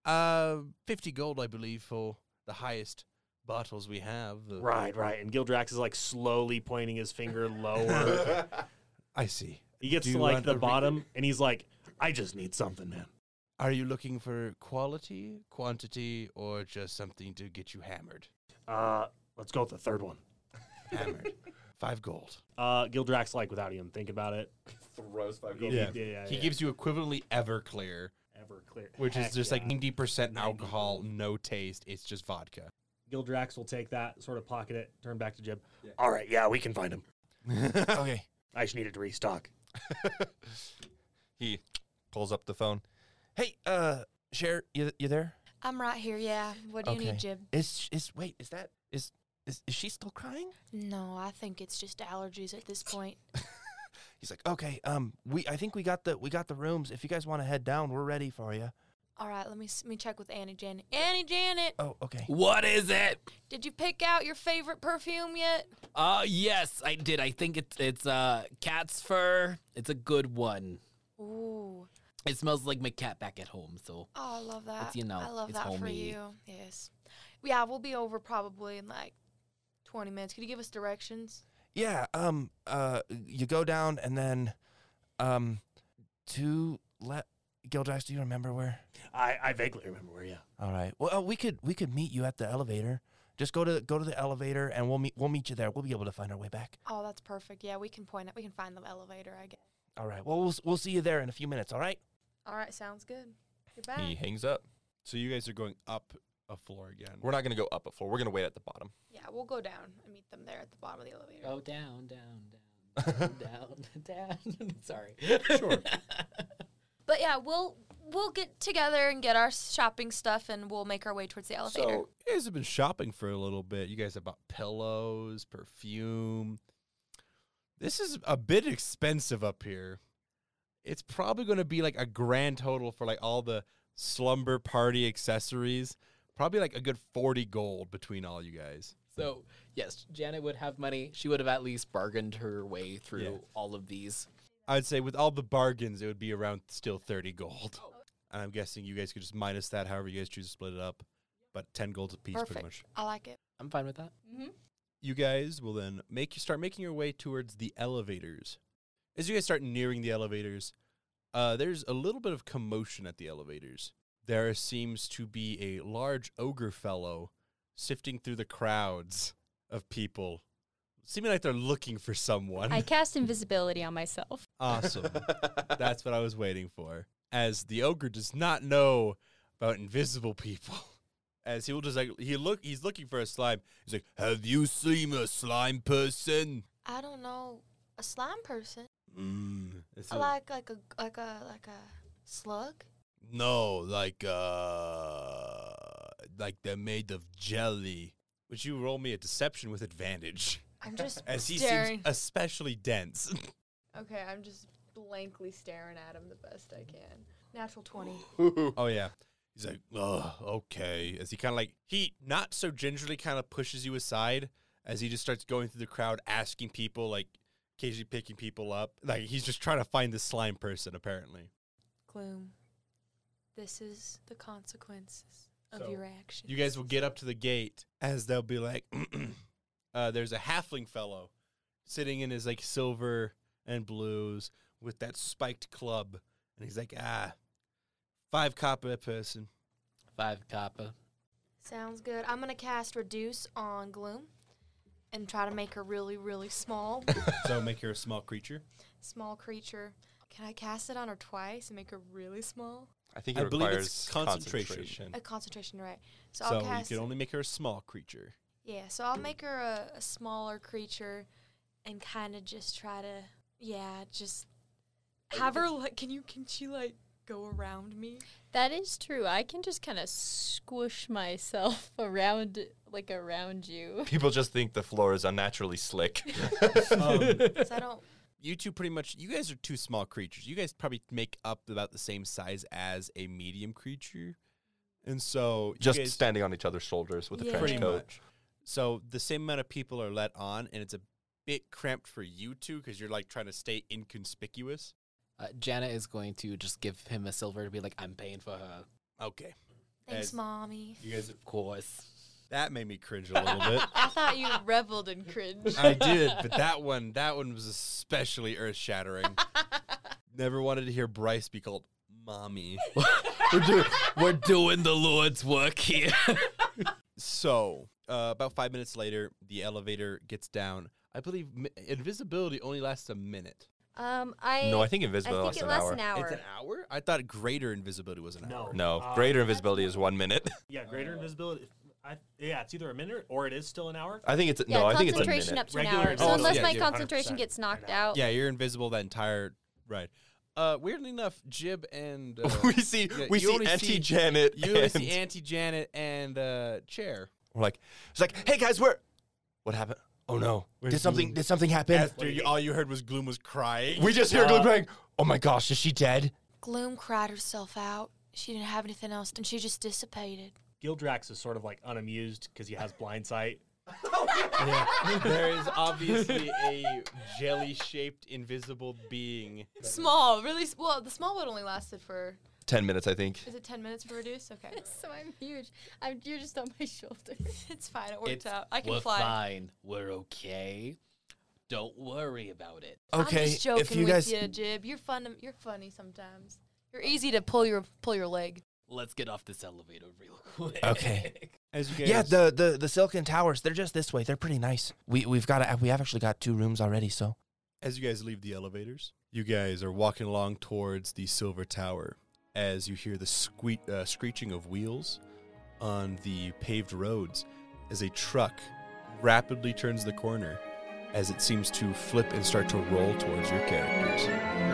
Speaker 8: Uh, 50 gold, I believe, for the highest bottles we have.
Speaker 3: Right, right. And Gildrax is like slowly pointing his finger lower.
Speaker 8: I see.
Speaker 3: he gets
Speaker 8: Do
Speaker 3: to
Speaker 8: you
Speaker 3: like
Speaker 8: want
Speaker 3: the
Speaker 8: a re-
Speaker 3: bottom, and he's like, "I just need something, man."
Speaker 8: Are you looking for quality, quantity, or just something to get you hammered?
Speaker 3: Uh, let's go with the third one.
Speaker 8: Hammered. Five gold.
Speaker 3: Uh, Gildrax, like without even thinking about it,
Speaker 12: Throws five
Speaker 3: he,
Speaker 12: gold.
Speaker 3: yeah, yeah, yeah,
Speaker 8: He gives you equivalently Everclear,
Speaker 3: ever clear,
Speaker 8: which is just like 90% alcohol, no taste. It's just vodka.
Speaker 3: Gildrax will take that, sort of pocket it, turn back to Jib.
Speaker 2: All right, yeah, we can find him.
Speaker 10: okay.
Speaker 3: I just needed to restock.
Speaker 4: He pulls up the phone.
Speaker 10: Hey, uh, Cher, you you there?
Speaker 5: I'm right here, yeah. What do you
Speaker 10: Okay.
Speaker 5: need, Jib?
Speaker 10: Is is wait? Is that is is is she still crying?
Speaker 5: No, I think it's just allergies at this point.
Speaker 10: He's like, okay, um, we I think we got the we got the rooms. If you guys want to head down, we're ready for you.
Speaker 5: All right, let me s- me check with Annie Janet. Annie Janet,
Speaker 10: Oh, okay.
Speaker 6: What is it?
Speaker 5: did you pick out your favorite perfume yet?
Speaker 6: Uh yes, I did. I think it's it's uh cat's fur. It's a good one.
Speaker 5: Ooh,
Speaker 6: It smells like my cat back at home, so
Speaker 5: oh, I love that.
Speaker 6: you know,
Speaker 5: I love
Speaker 6: it's
Speaker 5: that for
Speaker 6: homey.
Speaker 5: you. Yes. Yeah, we'll be over probably in like 20 minutes. Could you give us directions?
Speaker 10: Yeah. Um. Uh. You go down and then, um, to let Gildrax. Do you remember where?
Speaker 3: I, I vaguely remember where, yeah.
Speaker 10: All right. Well, uh, we could we could meet you at the elevator. Just go to go to the elevator, and we'll meet we'll meet you there. We'll be able to find our way back.
Speaker 5: Oh, that's perfect. Yeah, we can point out. We can find the elevator, I guess.
Speaker 10: All right. Well, we'll s- we'll see you there in a few minutes. All right.
Speaker 5: All right, sounds good. Goodbye.
Speaker 4: He hangs up.
Speaker 8: So you guys are going up a floor again.
Speaker 4: We're not going to go up a floor. We're going to wait at the bottom.
Speaker 5: Yeah, we'll go down and meet them there at the bottom of the elevator.
Speaker 6: go down, down, down, down, down. Sorry. Sure.
Speaker 5: But yeah, we'll we'll get together and get our shopping stuff, and we'll make our way towards the elevator.
Speaker 8: So you guys have been shopping for a little bit. You guys have bought pillows, perfume. This is a bit expensive up here. It's probably going to be like a grand total for like all the slumber party accessories. Probably like a good 40 gold between all you guys.
Speaker 6: so yes, Janet would have money. She would have at least bargained her way through
Speaker 8: Yeah.
Speaker 6: all of these.
Speaker 8: I'd say with all the bargains, it would be around still 30 gold. And I'm guessing you guys could just minus that however you guys choose to split it up. But 10 gold apiece, pretty
Speaker 5: Perfect.
Speaker 8: much.
Speaker 5: I like it. Mm-hmm.
Speaker 6: I'm fine with that.
Speaker 8: you guys will then make you start making your way towards the elevators. As you guys start nearing the elevators, uh, there's a little bit of commotion at the elevators. There seems to be a large ogre fellow sifting through the crowds of people, seeming like they're looking for someone.
Speaker 11: I cast invisibility on myself.
Speaker 8: awesome. That's what I was waiting for. As the ogre does not know about invisible people. As he will just like he look he's looking for a slime. He's like, Have you seen a slime person?
Speaker 5: I don't know a slime person.
Speaker 8: Mm. It's a-
Speaker 5: like like a like a like a slug.
Speaker 8: no, like uh like they're made of jelly. Would you roll me a deception with advantage?
Speaker 5: I'm just
Speaker 8: As he
Speaker 5: staring.
Speaker 8: seems especially dense.
Speaker 11: Okay, I'm just blankly staring at him the best I can.
Speaker 5: Natural twenty.
Speaker 8: Oh yeah. He's like, oh, okay. As he kind of like he not so gingerly kind of pushes you aside as he just starts going through the crowd, asking people, like occasionally picking people up. Like he's just trying to find this slime person, apparently.
Speaker 5: Gloom. This is the consequences of your actions.
Speaker 8: You guys will get up to the gate as they'll be like, uh, there's a halfling fellow sitting in his like silver and blues with that spiked club, and he's like, ah, five copper person.
Speaker 6: Five kappa.
Speaker 5: Sounds good. I'm gonna cast reduce on gloom, and try to make her really really small,
Speaker 8: so make her a small creature.
Speaker 5: small creature. Can I cast it on her twice and make her really small?
Speaker 4: I think it
Speaker 8: I
Speaker 4: requires
Speaker 8: believe it's concentration.
Speaker 4: concentration.
Speaker 5: A concentration, right? So,
Speaker 8: So
Speaker 5: I'll
Speaker 8: you
Speaker 5: cast.
Speaker 8: can only make her a small creature.
Speaker 5: yeah, so I'll make her a, a smaller creature, and kind of just try to, yeah, just have her. Like, can you? Can she like go around me?
Speaker 11: That is true. I can just kind of squish myself around, like around you.
Speaker 4: People just think the floor is unnaturally slick.
Speaker 5: 'Cause I don't.
Speaker 8: You two pretty much. You guys are two small creatures. You guys probably make up about the same size as a medium creature, and so you
Speaker 4: just
Speaker 8: guys-
Speaker 4: standing on each other's shoulders with
Speaker 5: Yeah.
Speaker 4: a
Speaker 8: pretty
Speaker 4: trench coat.
Speaker 8: much. So the same amount of people are let on, and it's a bit cramped for you two because you're like trying to stay inconspicuous.
Speaker 6: Uh, Jana is going to just give him a silver to be like, I'm paying for her.
Speaker 8: Okay,
Speaker 5: Thanks,
Speaker 8: As-
Speaker 5: mommy.
Speaker 8: you guys.
Speaker 6: Of course.
Speaker 8: That made me cringe a little bit.
Speaker 11: I thought you reveled in cringe.
Speaker 8: I did, but that one, that one was especially earth shattering. Never wanted to hear Bryce be called mommy.
Speaker 6: we're, do- we're doing the Lord's work here.
Speaker 8: So, uh, about five minutes later, the elevator gets down. I believe mi- invisibility only lasts a minute.
Speaker 11: Um, I
Speaker 4: No, I think invisibility
Speaker 11: I
Speaker 4: lasts
Speaker 11: think it
Speaker 4: an
Speaker 11: lasts
Speaker 4: hour.
Speaker 11: an hour.
Speaker 8: It's an hour? I thought greater invisibility was an
Speaker 3: No.
Speaker 8: hour.
Speaker 4: No,
Speaker 3: Uh,
Speaker 4: greater invisibility is one minute.
Speaker 3: Yeah,
Speaker 8: Uh,
Speaker 3: greater invisibility. I, yeah, it's either a minute or it is still an hour.
Speaker 4: I think it's
Speaker 11: yeah,
Speaker 4: no. I think it's a
Speaker 11: concentration
Speaker 4: minute.
Speaker 11: up to an
Speaker 3: Regular
Speaker 11: hour. So
Speaker 3: total.
Speaker 11: unless
Speaker 8: Yeah,
Speaker 11: my
Speaker 8: yeah,
Speaker 11: concentration
Speaker 3: 100%
Speaker 11: gets knocked
Speaker 3: right now.
Speaker 11: out,
Speaker 8: Yeah, you're invisible that entire ride. Uh, weirdly enough, Jib and uh,
Speaker 4: we see
Speaker 8: yeah,
Speaker 4: we
Speaker 8: you
Speaker 4: see
Speaker 8: only
Speaker 4: Auntie Janet
Speaker 8: You only
Speaker 4: and
Speaker 8: see Auntie Janet and uh, Chair.
Speaker 4: we're like it's like hey guys we're what happened oh no
Speaker 10: Did something? Did something happen?
Speaker 8: After you, all you heard was Gloom was crying.
Speaker 10: we just hear Gloom like, "Oh my gosh, is she dead?"
Speaker 5: Gloom cried herself out. She didn't have anything else, and she just dissipated.
Speaker 3: Gildrax is sort of like unamused because he has blind sight.
Speaker 8: Oh, there is obviously a jelly-shaped invisible being.
Speaker 9: Small, really. s- Well, the small one only lasted for.
Speaker 4: ten minutes I think
Speaker 9: Is it ten minutes for reduce? Okay,
Speaker 11: so I'm huge. I'm you're just on my shoulder.
Speaker 9: it's fine. It worked
Speaker 6: It's-
Speaker 9: out. I
Speaker 6: we're
Speaker 9: can fly.
Speaker 6: fine. We're okay. Don't worry about it.
Speaker 10: Okay,
Speaker 9: I'm just joking
Speaker 10: if you
Speaker 9: with
Speaker 10: guys,
Speaker 9: you, Jib. You're fun. To, you're funny sometimes. You're easy to pull your pull your leg.
Speaker 6: Let's get off this elevator real quick.
Speaker 10: Okay.
Speaker 8: As you guys,
Speaker 10: yeah, the the the Silken Towers, they're just this way. They're pretty nice. We we've got we have actually got two rooms already. So
Speaker 8: As you guys leave the elevators, you guys are walking along towards the Silver Tower as you hear the sque- uh, screeching of wheels on the paved roads as a truck rapidly turns the corner as it seems to flip and start to roll towards your characters.